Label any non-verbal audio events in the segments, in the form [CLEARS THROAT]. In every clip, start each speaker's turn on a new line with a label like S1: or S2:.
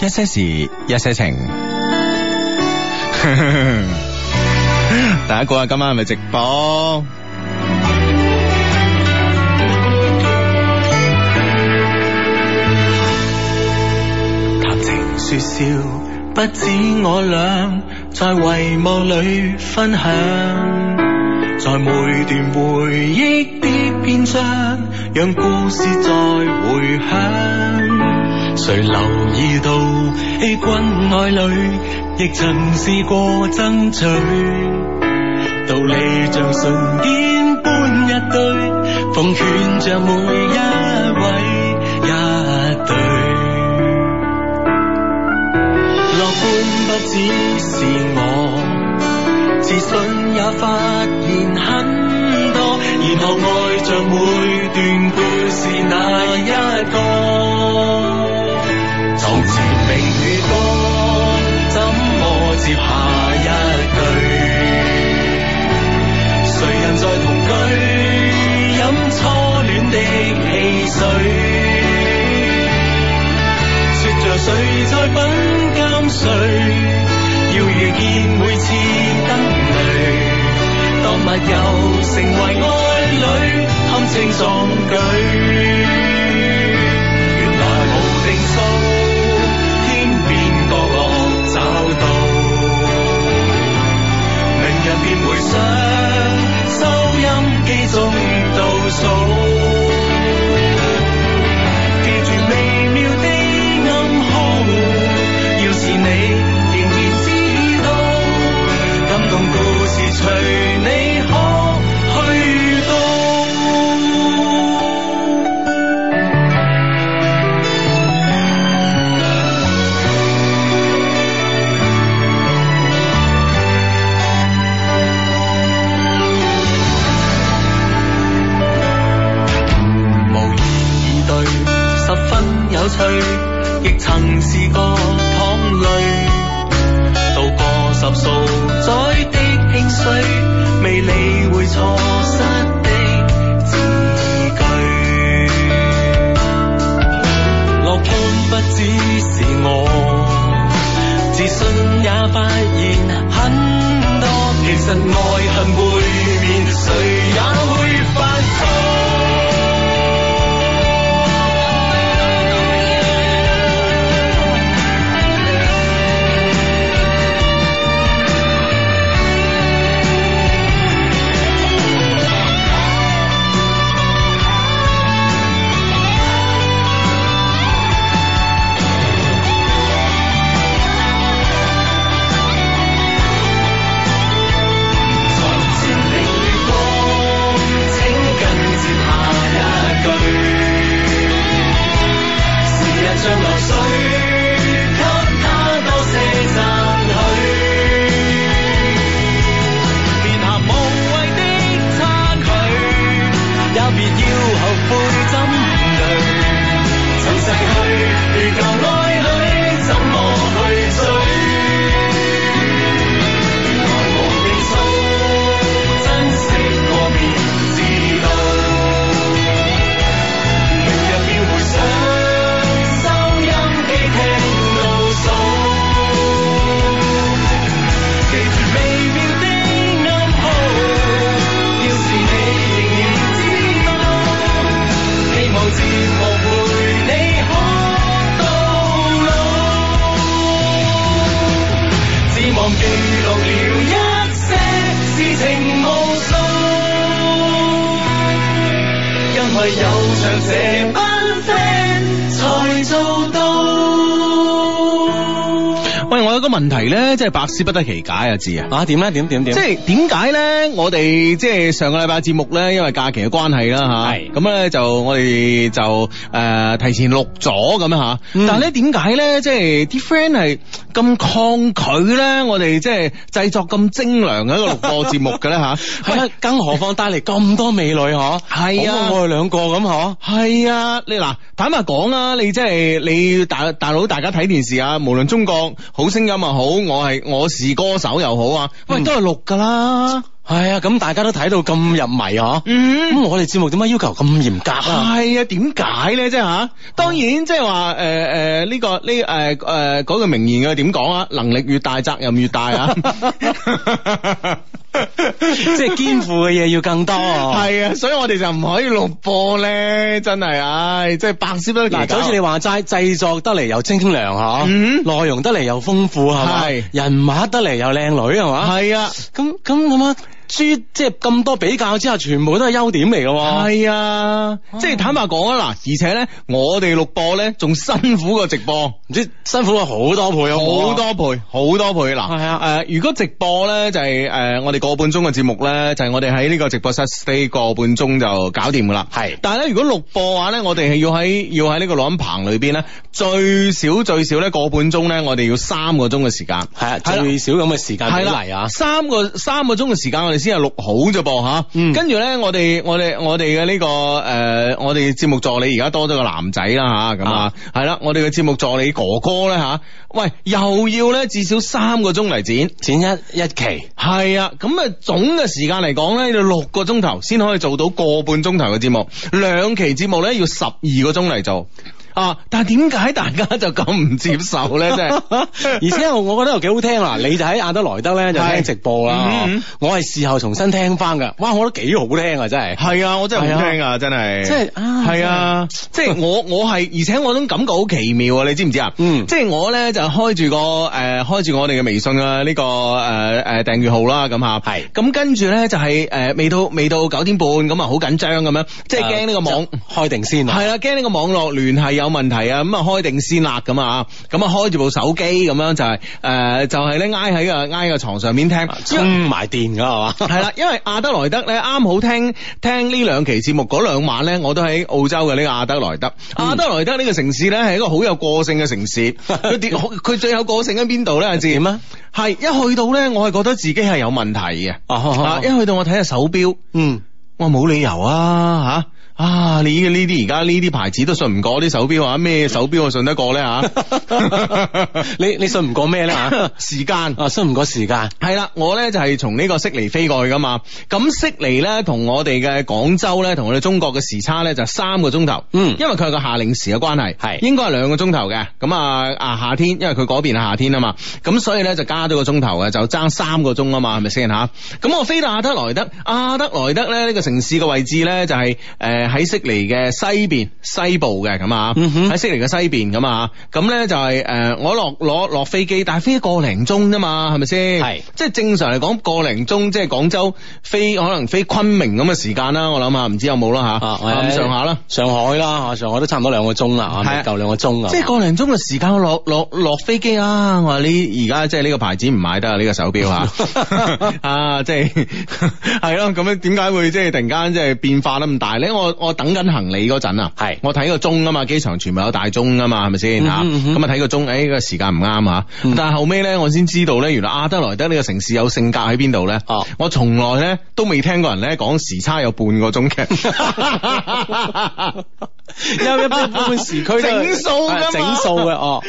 S1: 一些事，一些情。 [LAUGHS] 大家估下今晚係咪直播？
S2: 談情說笑，不止我倆在遺忘裏分享，在每段回憶的篇章，讓故事再回響。誰留意到欺君愛侶，亦曾試過爭取，道理像唇煙般一堆，奉勸着每一位一對。樂觀不只是我，自信也發現很多，然後愛着每段故事那一個。床前明月光，怎麼接下一句？誰人在同居，飲初戀的汽水？說着誰在品鑑誰，要遇見每次燈淚，當密友成為愛侶，堪稱壯舉。原來無定數，天邊角落找到，明日便回想，收音機中倒數。記住微妙的暗號，要是你仍然知道，感動故事隨你可去到。無言以對，十分有趣，亦曾試過淌淚，渡過十數載的興衰，未理會錯失的字句。樂觀不只是我，自信也發現很多，其實愛恨背面，誰也會犯錯。床前明月光，請跟接下一句。時日像流水，給他多些讚許。別談無謂的差距，也別要後悔怎對。曾逝去，如舊愛侶，怎麼去追？原來無定數，珍惜過便知道。明日便回想，收音機聽倒數。記住微妙的暗號，要是你仍然知道，希望節目陪你可到老。只望記錄了一些事情無數，因為有場這班 friend 才做到。
S1: 喂，我有個問題咧，真係百思不得其解啊，志啊！
S3: 啊，點咧？點點點？
S1: 即係點解咧？我哋即係上個禮拜節目咧，因為假期嘅關係啦吓，
S3: 係
S1: 咁咧就我哋就誒、呃提前錄咗咁樣吓，
S3: 嗯
S1: 但係咧點解咧？即係啲 friend 係咁抗拒咧？我哋即係製作咁精良嘅一個錄播節目嘅咧吓， [LAUGHS] 啊
S3: 係啦，更何況帶嚟咁多美女嗬，
S1: 係啊
S3: 好過我哋兩個咁嗬。
S1: 係啊，你嗱，坦白講啊，你即係你大大佬，大家睇電視啊，無論中國好聲音又好，我係我是歌手又好啊，喂，
S3: 嗯
S1: 都係錄㗎啦。
S3: 係啊，咁大家都睇到咁入迷啊。
S1: 嗯
S3: 咁我哋節目點解要求咁嚴格啊？
S1: 係啊，點解咧？即係吓，當然即係話誒誒呢個呢誒誒嗰個名言嘅點講啊？能力越大，責任越大 [LAUGHS] 啊！
S3: 即係肩負嘅嘢要更
S1: [LAUGHS]
S3: 多。
S1: 係啊，所以我哋就唔可以錄播咧，真係唉，即係百思不得其
S3: 嗱，就好似你
S1: 話，
S3: 話齋，製作得嚟又精良嚇，
S1: 嗯
S3: 內容得嚟又豐富係嘛
S1: 係，
S3: 人物得嚟又靚女係嘛，
S1: 係啊。
S3: 咁咁咁啊，諸即係咁多比較之下，全部都係優點嚟嘅喎。
S1: 係啊，哦即係坦白講啊，嗱，而且咧，我哋錄播咧仲辛苦過直播。
S3: 唔知辛苦咗好多倍啊！
S1: 好多倍，好多倍嗱，
S3: 係啊
S1: 誒、如果直播咧就係、誒、我哋個半鐘嘅節目咧，就係、我哋喺呢個直播室 stay 個半鐘就搞掂噶啦。
S3: 係
S1: 但係咧如果錄播嘅話咧，我哋係要喺要喺呢個錄音棚裏邊咧，最少最少咧個半鐘咧，我哋要三個鐘嘅時間。
S3: 係啊，
S1: 係啦
S3: 最少咁嘅時間
S1: 係
S3: 比
S1: 啦
S3: 例啊，
S1: 三個三個鐘嘅時間，我哋先係錄好啫噃吓。
S3: 嗯
S1: 跟住咧，我哋我哋我哋嘅呢個誒、呃我哋節目助理而家多咗個男仔啦吓，咁啊
S3: 啊，
S1: 係啦，我哋嘅節目助理哥哥咧吓、喂，又要咧至少三個鐘嚟剪。
S3: 剪一一期。
S1: 係啊，咁啊總嘅時間嚟講咧，要六個鐘頭先可以做到個半鐘頭嘅節目，兩期節目咧要十二個鐘嚟做。啊！但係點解大家就咁唔接受咧？真係，
S3: [LAUGHS] 而且我覺得又幾好
S1: [LAUGHS]
S3: 聽啦，你就喺亞德萊德咧就
S1: 係
S3: 聽直播啦哦
S1: 嗯嗯，
S3: 我係事後重新聽翻㗎，哇，我覺得幾好聽啊，真係。
S1: 係啊，我真係好聽啊，真係，
S3: 即係啊
S1: 係啊，即係我我係，而且我種感覺好奇妙啊，你知唔知啊？
S3: 嗯
S1: 即係我咧就開住個誒開住我哋嘅微信啊呢個誒誒訂閱號啦，咁吓，
S3: 係
S1: 咁跟住咧就係誒未到未到九點半咁啊，好緊張咁樣，即
S3: 啊
S1: 係驚呢個網。
S3: 開定先啊。
S1: 係啦，驚呢個網絡聯繫有問題啊，咁啊開定先啦咁啊，咁啊開住部手機咁樣就係、誒、就係咧挨喺個挨個床上面
S3: 啊
S1: 聽，因為
S3: 充埋電㗎係嘛？
S1: 係啦，因為阿德萊德咧啱好聽聽呢兩期節目嗰兩晚咧，我都喺澳洲嘅呢個阿德萊德。
S3: 嗯
S1: 阿德萊德呢個城市咧係一個好有個性嘅城
S3: [LAUGHS]
S1: 市。佢點佢最有個性喺邊度咧？阿志
S3: 點啊？
S1: 係一去到咧，我係覺得自己係有問題嘅。啊
S3: 啊，
S1: 一去到我睇下手錶， [LAUGHS]
S3: 嗯，
S1: 我話冇理由啊吓。啊！你呢啲而家呢啲牌子都信唔過啲手錶啊？咩手錶我信得過咧吓？
S3: [LAUGHS]
S1: [LAUGHS]
S3: 你你信唔過咩咧嚇？
S1: 時間
S3: 啊，信唔過時間。
S1: 係啦，我咧就係從呢個悉尼飛過去噶嘛。咁悉尼咧同我哋嘅廣州咧，同我哋中國嘅時差咧就三個鐘頭。
S3: 嗯
S1: 因為佢係個夏令時嘅關係，
S3: 係
S1: 應該係兩個鐘頭嘅。咁啊啊夏天，因為佢嗰邊係夏天啊嘛，咁所以咧就加咗個鐘頭嘅，就爭三個鐘啊嘛，係咪先吓？咁我飛到亞德萊德，亞德萊德咧呢、呢個城市嘅位置咧就係誒喺悉尼嘅西邊西部嘅咁啊，
S3: 嗯哼
S1: 喺悉尼嘅西邊咁啊，咁咧就係、呃我落攞落飛機，但係飛個零鐘啫嘛，係咪先？
S3: 係
S1: 即係正常嚟講個零鐘，即係廣州飛可能飛昆明咁嘅時間啦，我諗下，唔知有冇啦吓，
S3: 啊，
S1: 咁、上下啦。
S3: 上海啦，啊上海都差唔多兩個鐘啦，
S1: 係啊
S3: 嚇夠兩個鐘啊。
S1: 即係個零鐘嘅時間，我落落落飛機啊！我話呢而家即係呢個牌子唔買得啊，呢、 [LAUGHS] 個手錶
S3: [LAUGHS]
S1: 嚇啊！即係 [LAUGHS] 係咯，咁樣點解會即係突然間即係變化得咁大咧？我我等緊行李嗰陣啊，
S3: 係
S1: 我睇個鐘啊嘛，機場全部有大鐘啊嘛，係咪先嚇？
S3: 嗯哼嗯哼
S1: 咁啊睇個鐘，誒、個時間唔啱啊！
S3: 嗯
S1: 但係後尾咧，我先知道咧，原來啊阿德萊德呢個城市有性格喺邊度咧。
S3: 哦
S1: 我從來咧都未聽過人咧講時差有半個
S3: [LAUGHS]
S1: 鐘嘅。 [LAUGHS]
S3: 因為一般半時區都係
S1: 整數㗎嘛
S3: 係整數嘅哦。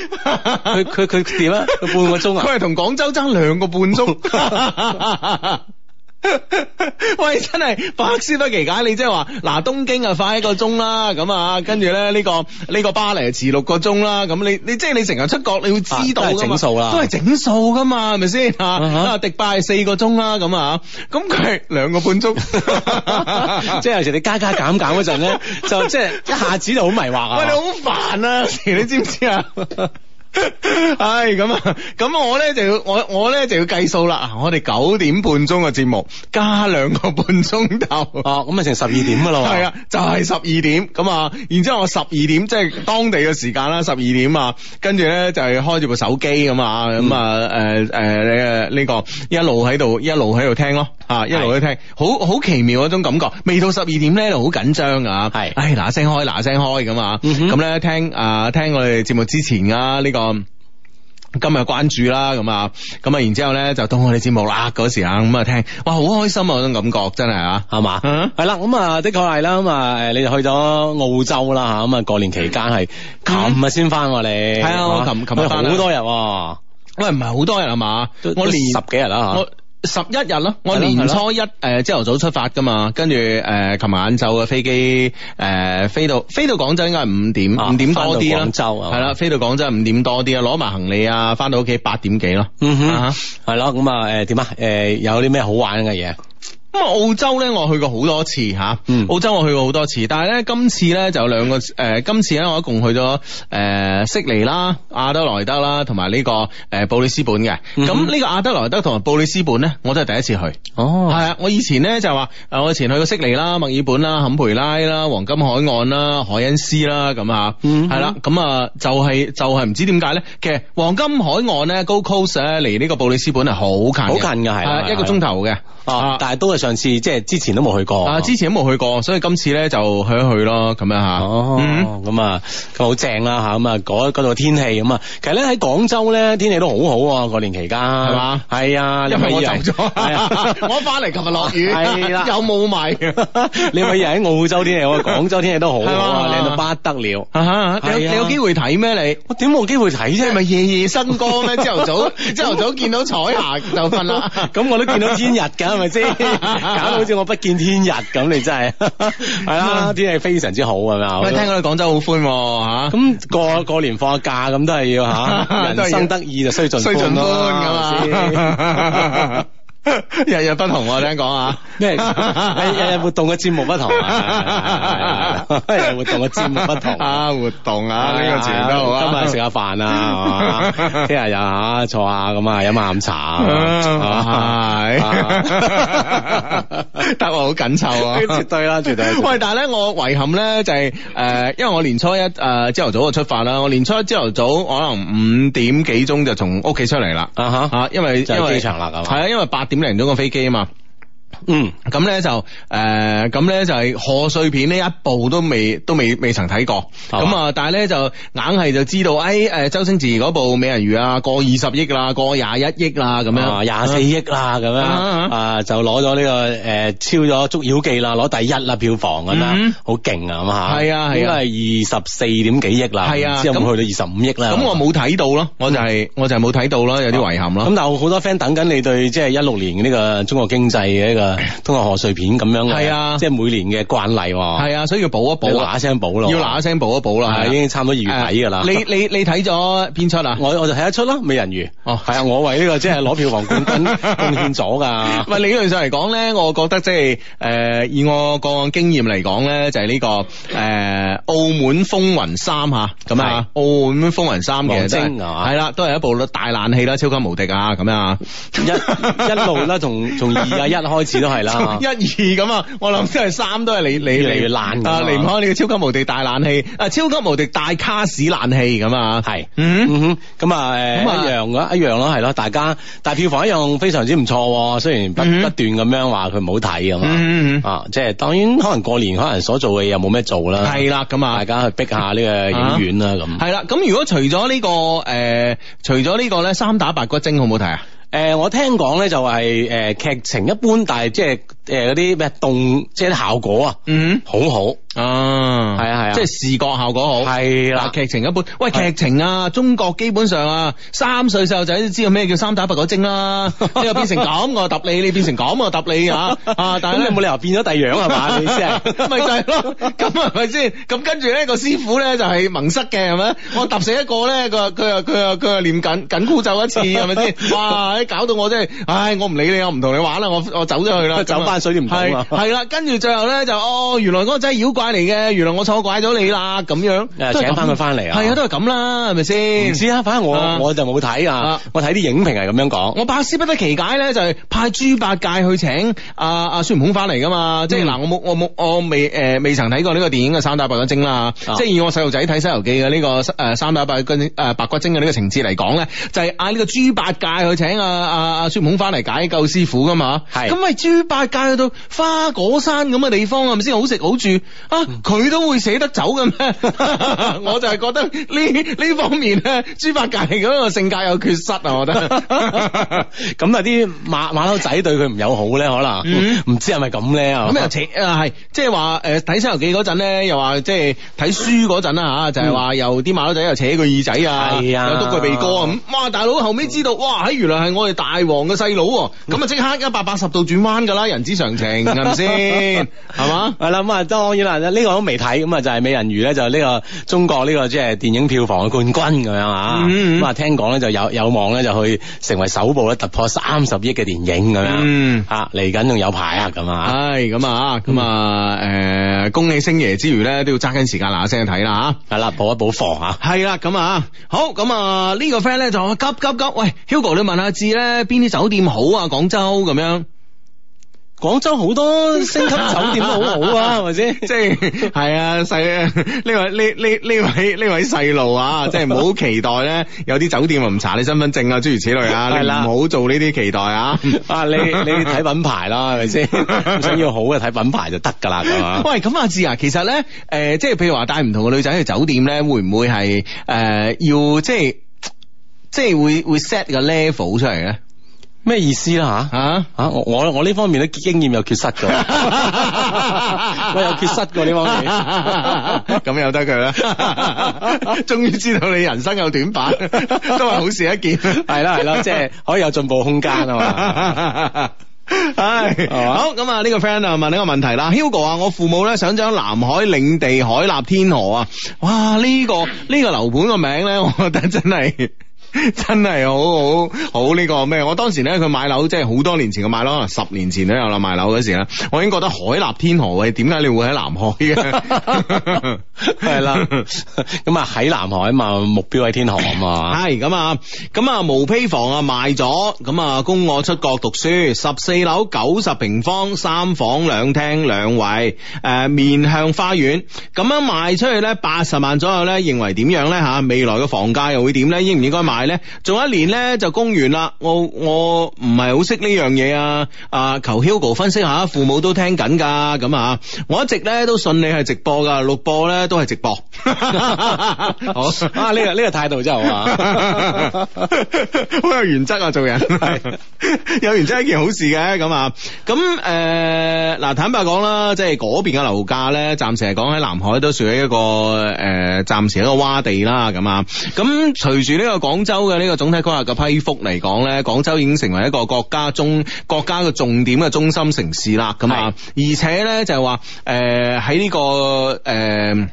S3: 佢佢佢點啊？佢半個鐘
S1: [LAUGHS]
S3: 啊
S1: 佢？係同廣州爭兩個半鐘。 [LAUGHS] 喂，真係百思不其解，你即係話嗱，東京啊快一個鐘啦，咁啊，跟住咧呢個呢、個巴黎啊遲六個鐘啦，咁你你即係你成日出國，你會知道
S3: 啊
S1: 㗎
S3: 都係
S1: 嘛
S3: 整數啦
S1: 都係整數噶嘛，係咪先啊？
S3: 嗯哼
S1: 啊，迪拜係四個鐘啦，咁啊，咁佢係兩個 [LAUGHS] 半鐘，
S3: [LAUGHS] 即係有時你加加減減嗰陣咧，就即係一下子就好迷惑
S1: [LAUGHS] 喂，
S3: 啊！
S1: 你好煩啊！有時你知唔知啊？ [LAUGHS] 唉，咁啊，咁我咧就要我我咧就要計數啦。我哋九點半鐘嘅節目加兩個半鐘頭。
S3: 哦，咁啊成十二點㗎啦喎。
S1: 係啊，就係十二點咁啊，然之後我十二點即係當地嘅時間啦，十二點啊，跟住咧就係開住部手機咁啊，
S3: 嗯
S1: 咁啊誒誒呢個一路喺度一路喺度聽咯，啊一路喺度聽，好好奇妙嗰種感覺。未到十二點咧就好緊張啊，
S3: 係
S1: 唉嗱聲開嗱聲開咁啊，
S3: 嗯哼
S1: 咁咧聽啊聽我哋節目之前啊呢個。今日關注啦，咁啊，咁啊，然之後咧就當我哋節目啦，嗰時啊，咁啊聽，哇，好開心啊，嗰種感覺真係啊，
S3: 係嘛？
S1: 嗯
S3: 係啦，咁啊，的確係啦，咁啊，誒，你就去咗澳洲啦吓，咁啊，過年期間係琴日先翻喎，你
S1: 嗯係啊我
S3: 哇
S1: 琴琴日返啦
S3: 好多日喎，
S1: 喂，唔係好多人係啊嘛，我連
S3: 十幾日啦啊吓
S1: 我。十一日咯，我
S3: 係咯
S1: 年
S3: 係咯
S1: 初一誒朝頭早出發噶嘛，跟住誒琴日晏晝嘅飛機誒、呃、飛到飛到廣州應該係五點
S3: 啊
S1: 五點多啲啦，
S3: 返到廣州啊
S1: 係啦，飛到廣州係五點多啲啊，攞埋行李啊，翻到屋企八點幾咯。
S3: 嗯
S1: 啊
S3: 哼，係咯，咁啊，誒點啊？誒有啲咩好玩嘅嘢？
S1: 咁啊，澳洲咧，我去過好多次吓，
S3: 嗯
S1: 澳洲我去過好多次，但係咧今次咧就有兩個誒、呃今次咧我一共去咗誒、呃悉尼啦、亞德萊德啦，同埋呢個誒、呃布里斯本嘅。咁
S3: 嗯
S1: 呢、
S3: 哼
S1: 個亞德萊德同埋布里斯本咧，我都係第一次去。係
S3: 哦，
S1: 啊，我以前咧就話，誒，我以前去過悉尼啦、墨爾本啦、坎培拉啦、黃金海岸啦、海恩斯啦，咁啊，
S3: 嗯
S1: 係啦，咁啊，就係、就係、唔知點解咧，其實黃金海岸咧，Gold Coast 咧，離呢個布里斯本係好近嘅，
S3: 好近㗎係
S1: 啊
S3: 係
S1: 一個鐘頭嘅，
S3: 啊，但係都係上次即係之前都冇去過。
S1: 啊，之前都冇去過，所以今次咧就去一去咯，咁樣吓。嗯
S3: 哦，咁啊，咁好正啦吓，咁啊，嗰嗰度嘅天氣咁啊，其實咧喺廣州咧天氣都好好喎，過年期間係
S1: 嘛
S3: 係啊，你
S1: 因為
S3: 咪
S1: 我
S3: 以
S1: 走
S3: 為
S1: 咗，
S3: [LAUGHS] 係啊
S1: [LAUGHS] 我翻嚟琴日落雨，
S3: 係
S1: [LAUGHS]
S3: 啦
S1: 有霧霾。
S3: [LAUGHS] 你咪以為喺澳洲天氣，我廣州天氣都好好啊，
S1: 係嘛
S3: 靚到不得了。
S1: 啊 [LAUGHS] 哈！你有
S3: 係啊
S1: 你有機會睇咩你？
S3: 我點冇機會睇
S1: 你係
S3: 啫？
S1: 咪夜夜笙歌
S3: [LAUGHS]
S1: 咩？朝頭早朝頭早見到彩霞就瞓啦。
S3: 咁我都見到天日㗎，係咪先？搞到好似我不見天日咁，你真
S1: [LAUGHS]
S3: 係係啦，天氣非常之好係咪啊？
S1: [LAUGHS] 喂，聽講你廣州好寬喎嚇。
S3: 咁過過年放假咁都係要吓，
S1: [LAUGHS] 都係要
S3: 人生得意就須盡
S1: 衰盡歡
S3: 歡
S1: 咁
S3: 啦係咪先
S1: 啊！ [LAUGHS] 日日不同喎，聽講啊。 [LAUGHS]
S3: 咩？係日日活動嘅節目不同
S1: [LAUGHS]
S3: 啊，係係係日日活動嘅節目不同
S1: 啊！活動啊，呢個詞都好啊。
S3: 今日食下飯啊，係嘛聽日又嚇坐下咁啊，飲下下午茶啊，
S1: 係
S3: 啊，
S1: 得喎，好緊湊啊！
S3: 絕對啦，絕對。
S1: 喂，但係咧，我遺憾咧就係、誒、因為我年初一誒朝頭早就出發啦，我年初一朝頭早可能五點幾鐘就從屋企出嚟啦，
S3: 啊哈，
S1: 啊，因為
S3: 就
S1: 因為
S3: 機場啦咁
S1: 係啊，因為八點零鐘個飛機啊嘛。
S3: 嗯，
S1: 咁咧就誒，呃咁、咧就係賀歲片呢一部都未都未未曾睇過，
S3: 係
S1: 咁
S3: 嘛
S1: 啊，但係咧就硬係就知道，誒、哎、誒、周星馳嗰部《美人魚》啊，過二十億啦，過廿一億啦，咁樣
S3: 啊廿四億啦，咁樣
S1: 啊啊
S3: 啊就攞咗呢個誒超咗《捉妖記》啦，攞第一啦票房咁
S1: 嗯
S3: 樣，好勁啊咁嚇。
S1: 係啊係啊
S3: 應該係二十四點幾億啦，
S1: 係啊
S3: 唔知有
S1: 咁
S3: 冇去到二十五億啦。
S1: 咁我冇睇到咯，我就係、我就係冇睇到咯，有啲遺憾咯
S3: 咁。但係好多 friend 等緊你對即係一六年呢個中國經濟嘅一個通過賀歲片咁樣嘅，
S1: 係啊
S3: 即係每年嘅慣例喎，
S1: 係啊，所以要補一
S3: 補
S1: 補啊，
S3: 嗱一聲補咯，
S1: 要嗱一聲補一補啦，
S3: 係已經差唔多二月底㗎
S1: 誒
S3: 啦。
S1: 啊你你你睇咗邊出啊？
S3: 我我就睇得出啦，美人魚
S1: 哦
S3: 係啊，我為呢個即係攞票
S1: [LAUGHS]
S3: 房冠軍貢獻咗㗎。
S1: 喂，理論上嚟講咧，我覺得即係誒，以我個案經驗嚟講咧，就係、呢、個誒、澳門風雲三嚇，咁啊，澳門風雲三其實都係
S3: 王晶啊
S1: 係啦，都係一部大冷戲啦，超級無敵啊，咁樣啊，
S3: 一一路啦，從從二啊一開始
S1: [LAUGHS]。
S3: 都係啦
S1: 一二咁啊，我諗真係三都係你你
S3: 越嚟越爛咁啊
S1: 啊，離唔開呢個超級無敵大冷戲啊，超級無敵大卡士冷戲咁啊，
S3: 係，
S1: 嗯。
S3: 嗯哼，咁啊，誒，
S1: 咁啊
S3: 一樣噶，一樣咯，係咯，大家，但係票房一樣非常之唔錯喎，雖然不
S1: 嗯哼
S3: 不斷咁樣話佢唔好睇咁啊，
S1: 嗯嗯嗯
S3: 啊，即係當然可能過年可能所做嘅嘢又冇咩做啦，
S1: 係啦，咁啊，
S3: 大家去逼下呢個影院啦咁。
S1: 係啦，咁如果除咗呢、個誒、除咗呢個咧三打白骨精好唔好睇啊？
S3: 誒，呃我聽講咧就係誒劇情一般，但係即係呃誒嗰啲咩動，即係啲效果啊，
S1: 嗯，
S3: 好好，
S1: 啊，
S3: 係啊係啊
S1: 即係視覺效果好。
S3: 係
S1: 嗱，劇情一般，喂，劇情啊，中國基本上啊，三歲細路仔都知道咩叫三打白骨精啦。你又變成咁，我揼你；你變成咁，我揼你啊！啊，但
S3: 咁
S1: 係
S3: 你冇理由變咗第二樣係 [LAUGHS] 嘛？你意思
S1: [LAUGHS]
S3: 係？
S1: 咪就係咯，咁係咪先？咁跟住咧個師傅咧就係蒙塞嘅，係咪？我揼死一個咧，佢佢又佢又佢又念緊緊箍咒一次，係咪
S3: [LAUGHS]
S1: 先？哇！搞到我真係，唉，我唔理你，我唔同你玩啦，我我走咗去啦，
S3: [LAUGHS] 走返水簾洞啊
S1: 係係啦，跟住最後咧就哦，原來嗰個真係妖怪嚟嘅，原來我錯怪咗你啦，咁樣
S3: 誒請返佢返嚟啊
S1: 係啊，都係咁啦，係咪
S3: 唔
S1: 先？
S3: 知啊，反正
S1: 啊
S3: 我我就冇睇
S1: 啊
S3: 啊，我睇啲影評係咁樣 [LAUGHS] 講。
S1: 我百思不得其解咧，就係、派豬八戒去請阿阿孫悟空翻嚟噶嘛，
S3: 嗯
S1: 即係嗱，我冇我冇我未誒、呃未曾睇過呢個電影嘅三打白骨精啦，
S3: 啊
S1: 即係以我細路仔睇《西遊記》嘅呢個誒三打白骨誒、呃白骨精嘅呢個情節嚟講咧，就係嗌呢個豬八戒去請阿阿阿孫悟空翻嚟解救師傅噶嘛，
S3: 係
S1: 咁咪豬八戒去到花果山咁嘅地方係咪先好食好住啊，
S3: 嗯
S1: 佢都會捨得走嘅咩？ [LAUGHS] 我就係覺得呢呢方面咧，豬八戒嗰個性格有缺失啊，我覺得。
S3: 咁啊啲馬馬騮仔對佢唔友好咧，可能
S1: 嗯
S3: 唔、知係咪咁咧
S1: [LAUGHS]
S3: 啊？
S1: 咁又請啊係，即係話誒睇《西遊記》嗰陣咧，又話即係睇書嗰陣啊嚇，就係話又啲馬騮仔又扯佢耳仔啊，
S3: 嗯係啊
S1: 又篤佢鼻哥啊咁。哇！大佬後尾知道，哇！喺原來係我哋大王嘅細佬喎，
S3: [LAUGHS]
S1: 咁啊即刻一百八十度轉彎㗎啦，人之常情係咪
S3: [LAUGHS]
S1: 先？係嘛？
S3: 系啦，咁啊，當然啦，呢、個都未睇，咁啊就係美人魚咧，就呢、個中國呢、個即係電影票房嘅冠軍咁樣啊，
S1: 嗯嗯
S3: 咁啊、聽講咧就有有望咧就去成為首部咧突破三十億嘅電影咁樣，
S1: 嗯。
S3: 啊嚟緊仲有排啊咁啊，
S1: 唉，咁啊，咁啊，誒、恭喜星爺之餘咧，都要揸緊時間嗱嗱聲睇啦嚇。
S3: 係啦，補一補房啊，
S1: 系啦，咁啊，好，咁啊呢個 friend 咧就話急急急，喂，Hugo 你問下志咧邊啲酒店好啊？廣州咁樣，
S3: 廣州好多星級酒店都好好啊， [LAUGHS] 係咪先
S1: [LAUGHS] 即？係係啊 [LAUGHS] 細呢位呢呢呢位呢位細路啊， [LAUGHS] 即係唔好期待咧，有啲酒店啊唔查你身份證啊，諸如此類 [LAUGHS] 啊，
S3: 係
S1: 你
S3: 啦
S1: 唔好做呢啲期待啊。 [LAUGHS]
S3: 啊！你你睇品牌啦，係咪 [LAUGHS] 先？想要好嘅睇品牌就得㗎啦，咁啊。
S1: [LAUGHS] 喂，咁阿志啊，其實咧，誒、即係譬如話帶唔同嘅女仔去酒店咧，會唔會係誒、要即係即係會會 set 個 level 出嚟咧？
S3: 咩意思啦吓？
S1: 啊？
S3: 啊！我我我呢方面咧經驗有缺失㗎， [LAUGHS] 我有缺失㗎呢方
S1: [LAUGHS]
S3: 面。
S1: 咁由得佢
S3: [LAUGHS]
S1: 啦。終於知道你人生有短板，都係好事一件。
S3: [LAUGHS] 係啦係啦，即係可以有進步空間啊嘛。
S1: [LAUGHS] 唉，
S3: 嘛
S1: 好咁啊！呢個 friend 啊問呢個問題啦，Hugo 啊，我父母咧想將南海領地海納天河啊！哇，呢、個呢、 [LAUGHS] 個樓盤個名咧，我覺得真係。真係好好好呢、個咩？我當時咧佢買樓，即係好多年前佢買樓，可能十年前都有啦。買樓嗰時咧，我已經覺得海納天河喂，點解你會喺南海嘅？
S3: [LAUGHS]
S1: [LAUGHS]
S3: 係啦，咁啊喺南海啊嘛，目標喺天河
S1: [LAUGHS]
S3: 啊嘛。
S1: 系咁啊，咁啊毛坯房啊賣咗，咁啊供我出國讀書，十四樓九十平方，三房兩廳兩衛，诶、面向花園，咁樣賣出去咧八十萬左右咧，認為點樣咧吓？未來嘅房價又會點咧？應唔應該買咧？仲有一年咧就供完啦，我我唔係好識呢樣嘢啊，啊求 Hugo 分析下，父母都聽緊噶，咁啊，我一直咧都信你係直播噶，錄播咧都係直
S3: [LAUGHS]
S1: 播，好
S3: 啊，呢個呢個態度真係好啊。
S1: [LAUGHS] 好有原則啊，做人係有原則係一件好事嘅咁啊。咁誒嗱，坦白講啦，即係嗰邊嘅樓價咧，暫時嚟講喺南海都屬於一個誒、呃，暫時一個洼地啦咁啊。咁隨住呢個廣州嘅呢個總體規劃嘅批覆嚟講咧，廣州已經成為一個國家中國家嘅重點嘅中心城市啦咁啊。而且咧就係話誒喺呢個誒。呃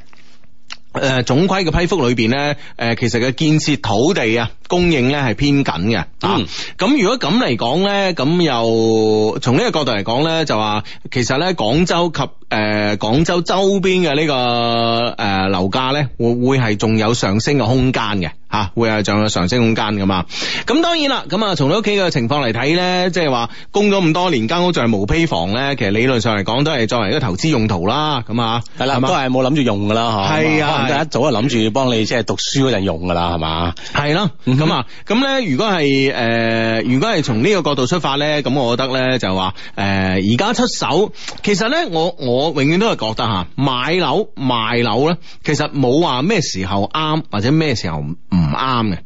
S1: 誒、呃總規嘅批覆裏邊咧，誒、其實嘅建設土地啊供應咧係偏緊嘅，啊
S3: 嗯，
S1: 咁如果咁嚟講咧，咁又從呢個角度嚟講咧，就話其實咧廣州及誒、呃廣州周邊嘅呢、個誒樓價咧，會會係仲有上升嘅空間嘅。吓、會係仲有上升空間噶嘛？咁當然啦，咁啊，從你屋企嘅情況嚟睇咧，即係話供咗咁多年間屋仲係無坯房咧，其實理論上嚟講都係作為一個投資用途啦，咁啊，
S3: 係啦，
S1: 係
S3: 都
S1: 嘛
S3: 係冇諗住用㗎啦，嗬。
S1: 係啊
S3: 可能都一早就諗住幫你即係讀書嗰陣用㗎啦，係嘛？
S1: 系啦，
S3: 嗯哼
S1: 咁啊，咁咧，如果係誒、呃如果係從呢個角度出發咧，咁我覺得咧就話誒，呃而、家出手，其實咧，我我永遠都係覺得嚇，買樓賣樓咧，其實冇話咩時候啱或者咩時候唔唔啱嘅。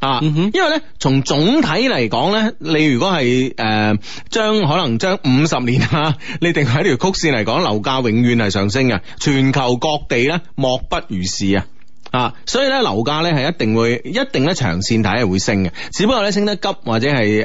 S1: 啊，
S3: 嗯哼
S1: 因為咧，從總體嚟講咧，你如果係誒將可能將五十年啊， [LAUGHS] 你定喺條曲線嚟講，樓價永遠係上升嘅，全球各地咧莫不如是啊。啊，所以咧樓價咧係一定會，一定咧長線睇係會升嘅，只不過咧升得急或者係誒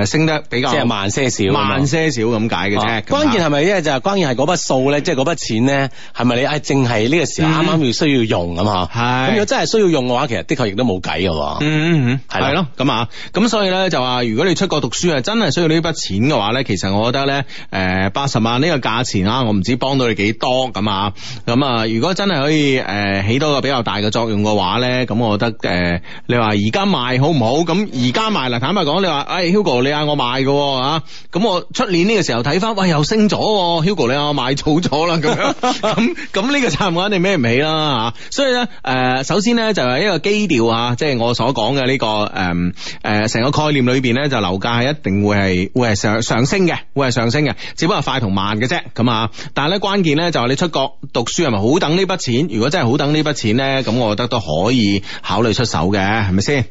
S1: 誒升得比較
S3: 即係慢些少咁樣。
S1: 哦慢些少咁解嘅
S3: 啊
S1: 啫。
S3: 關鍵係咪咧？就係關鍵係嗰筆數咧，即係嗰筆錢咧，係咪你啊？正係呢個時候啱啱要需要用咁嘛？
S1: 嗯係
S3: 咁如果真係需要用嘅話，其實的確亦都冇計嘅喎。
S1: 嗯嗯嗯，
S3: 係啦
S1: 係咯，咁啊，咁所以咧就話，如果你出國讀書啊，真係需要呢筆錢嘅話咧，其實我覺得咧，誒八十萬呢個價錢啊，我唔知幫到你幾多咁啊，咁啊，如果真係可以誒、呃起到個比較大大嘅作用嘅話咧，咁我覺得誒、呃你話而家賣好唔好？咁而家賣嗱，坦白講，你話誒、哎 Hugo 你嗌我賣嘅喎啊，咁我出年呢個時候睇翻，喂又升咗喎，Hugo 你嗌我賣早咗啦， [LAUGHS] 咁樣咁咁呢個責任我肯定孭唔起啦嚇。所以咧誒、呃首先咧就係一個基調啊，即係我所講嘅呢個誒誒成個概念裏邊咧，就樓價係一定會係會係上上升嘅，會係上升嘅，只不過快同慢嘅啫咁啊。但係咧關鍵咧就係你出國讀書係咪好等呢筆錢？如果真係好等呢筆錢咧，咁我覺得都可以考慮出手嘅，係咪先？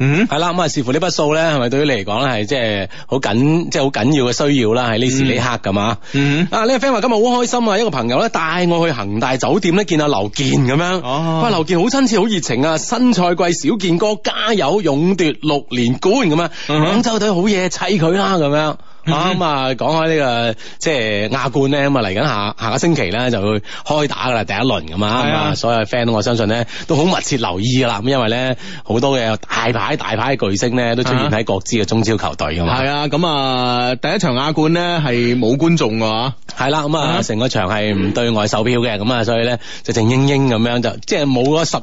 S1: 嗯。
S3: 系啦，咁啊，視乎呢筆數咧，係咪對於你嚟講咧，係即係好緊，即係好緊要嘅需要啦，喺呢時呢刻咁啊。
S1: 嗯
S3: 啊，呢個 friend 話今日好開心啊，一個朋友咧帶我去恒大酒店咧見阿劉健咁樣。
S1: 哦
S3: 哇，劉健好親切，好熱情啊！新賽季小健哥加油，勇奪六連冠咁啊！
S1: 嗯哼嗯
S3: 廣州隊好嘢，砌佢啦咁樣。啊咁啊，講開呢個即係亞冠咧，咁啊嚟緊下下個星期咧就會開打噶啦，第一輪咁
S1: 係
S3: 啊，咁
S1: 啊
S3: 啊，所有 friend 我相信咧都好密切留意噶啦，咁因為咧好多嘅大牌大牌巨星咧都出現喺各支嘅中超球隊噶嘛，
S1: 啊係啊，咁啊，第一場亞冠咧係冇觀眾㗎
S3: 係啦，咁啊
S1: 啊
S3: 成個場係唔對外售票嘅，咁啊所以咧就靜英英咁樣就即係冇嗰十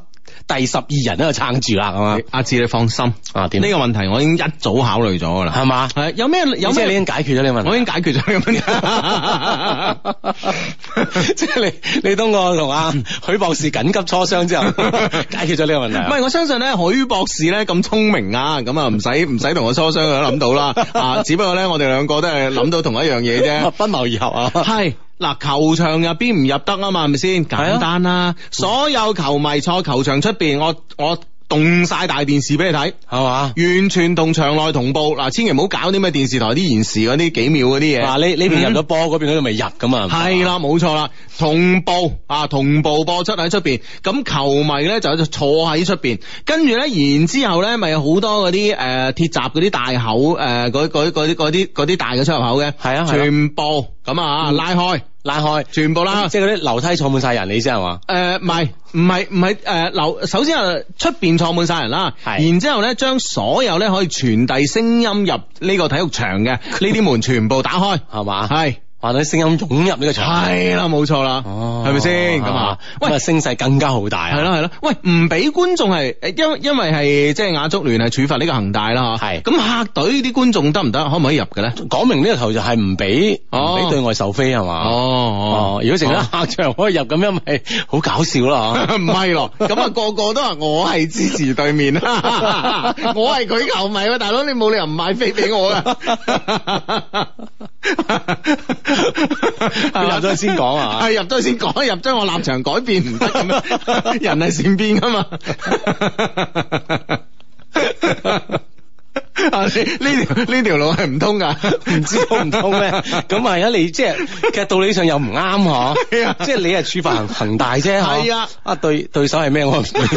S3: 第十二人喺度撐住啦，咁啊
S1: 喎，阿志你放心，呢
S3: 啊點
S1: 個問題我已經一早考慮咗㗎啦。
S3: 係嘛？
S1: 係有咩有
S3: 即係
S1: 咩
S3: 你已經解決咗呢個問題
S1: 我已經解決咗呢個問題。
S3: [LAUGHS] 即係你你當我同阿許博士緊急磋商之後， [LAUGHS] 解決咗呢個問題
S1: 唔
S3: 啊。
S1: 係，我相信咧，許博士咧咁聰明啊，咁啊唔使唔使同我磋商，佢都諗到啦。啊，只不過咧，我哋兩個都係諗到同一樣嘢
S3: [LAUGHS]
S1: 啫。
S3: 不謀而合啊！
S1: 係嗱，球場入邊唔入得啊嘛，係咪先？簡單啦、所有球迷坐球場出邊，我我動晒大電視俾你睇。
S3: 係嘛？
S1: 完全同場內同步，嗱，千祈唔好搞啲咩電視台啲延時嗰啲幾秒嗰啲嘢。
S3: 嗱，呢呢
S1: 嗯
S3: 邊入咗波，嗰邊嗰度未入啊噶嘛？
S1: 系啦，冇錯啦，同步啊，同步播出喺出邊，咁球迷咧就坐喺出邊，跟住咧，然之後咧，咪有好多嗰啲誒鐵閘嗰啲大口誒嗰嗰嗰啲嗰啲嗰啲大嘅出入口嘅，
S3: 係啊係啊
S1: 全部咁啊拉開，
S3: 拉開，
S1: 全部啦。
S3: 即係嗰啲樓梯坐滿晒人，你意思係嘛？
S1: 誒唔係唔係唔係誒樓，首先係出邊坐滿晒人啦，
S3: 係
S1: 然之後咧將所有咧可以傳遞聲音入呢個體育場嘅呢啲門全部打開，
S3: 係嘛？
S1: 係
S3: 話到啲聲音湧入呢個場，
S1: 係啦，冇錯啦，
S3: 哦
S1: 係咪先咁啊？
S3: 咁啊，聲勢更加好大啊！
S1: 係咯係咯，喂，唔俾觀眾係，誒因因為係即係亞足聯係處罰呢個恒大啦，嚇
S3: 係
S1: 咁客隊啲觀眾得唔得？可唔可以入嘅咧？
S3: 講明呢個球就係唔俾唔
S1: 哦
S3: 俾對外售飛係嘛？
S1: 哦
S3: 哦，如果成咗客場可以入咁樣，咪好搞笑啦！
S1: [LAUGHS] 唔係咯，咁啊個個都話我係支持對面啦，
S3: [LAUGHS]
S1: 我係佢球迷喎，大佬你冇理由唔買飛俾我啊噶。
S3: [LAUGHS] 入咗先講啊
S1: 係入咗先講，入咗我立場改變唔得咁
S3: [LAUGHS]
S1: 樣，人係善變噶嘛。 [LAUGHS] 啊！呢呢條呢條路係唔通噶，
S3: 唔知通唔通咧？咁係啊，你即係其實道理上又唔啱嗬，
S1: 係啊
S3: 即係你係處罰恒恒大啫嗬，
S1: 係啊
S3: 啊對對手係咩
S1: [LAUGHS]
S3: 我唔知，咁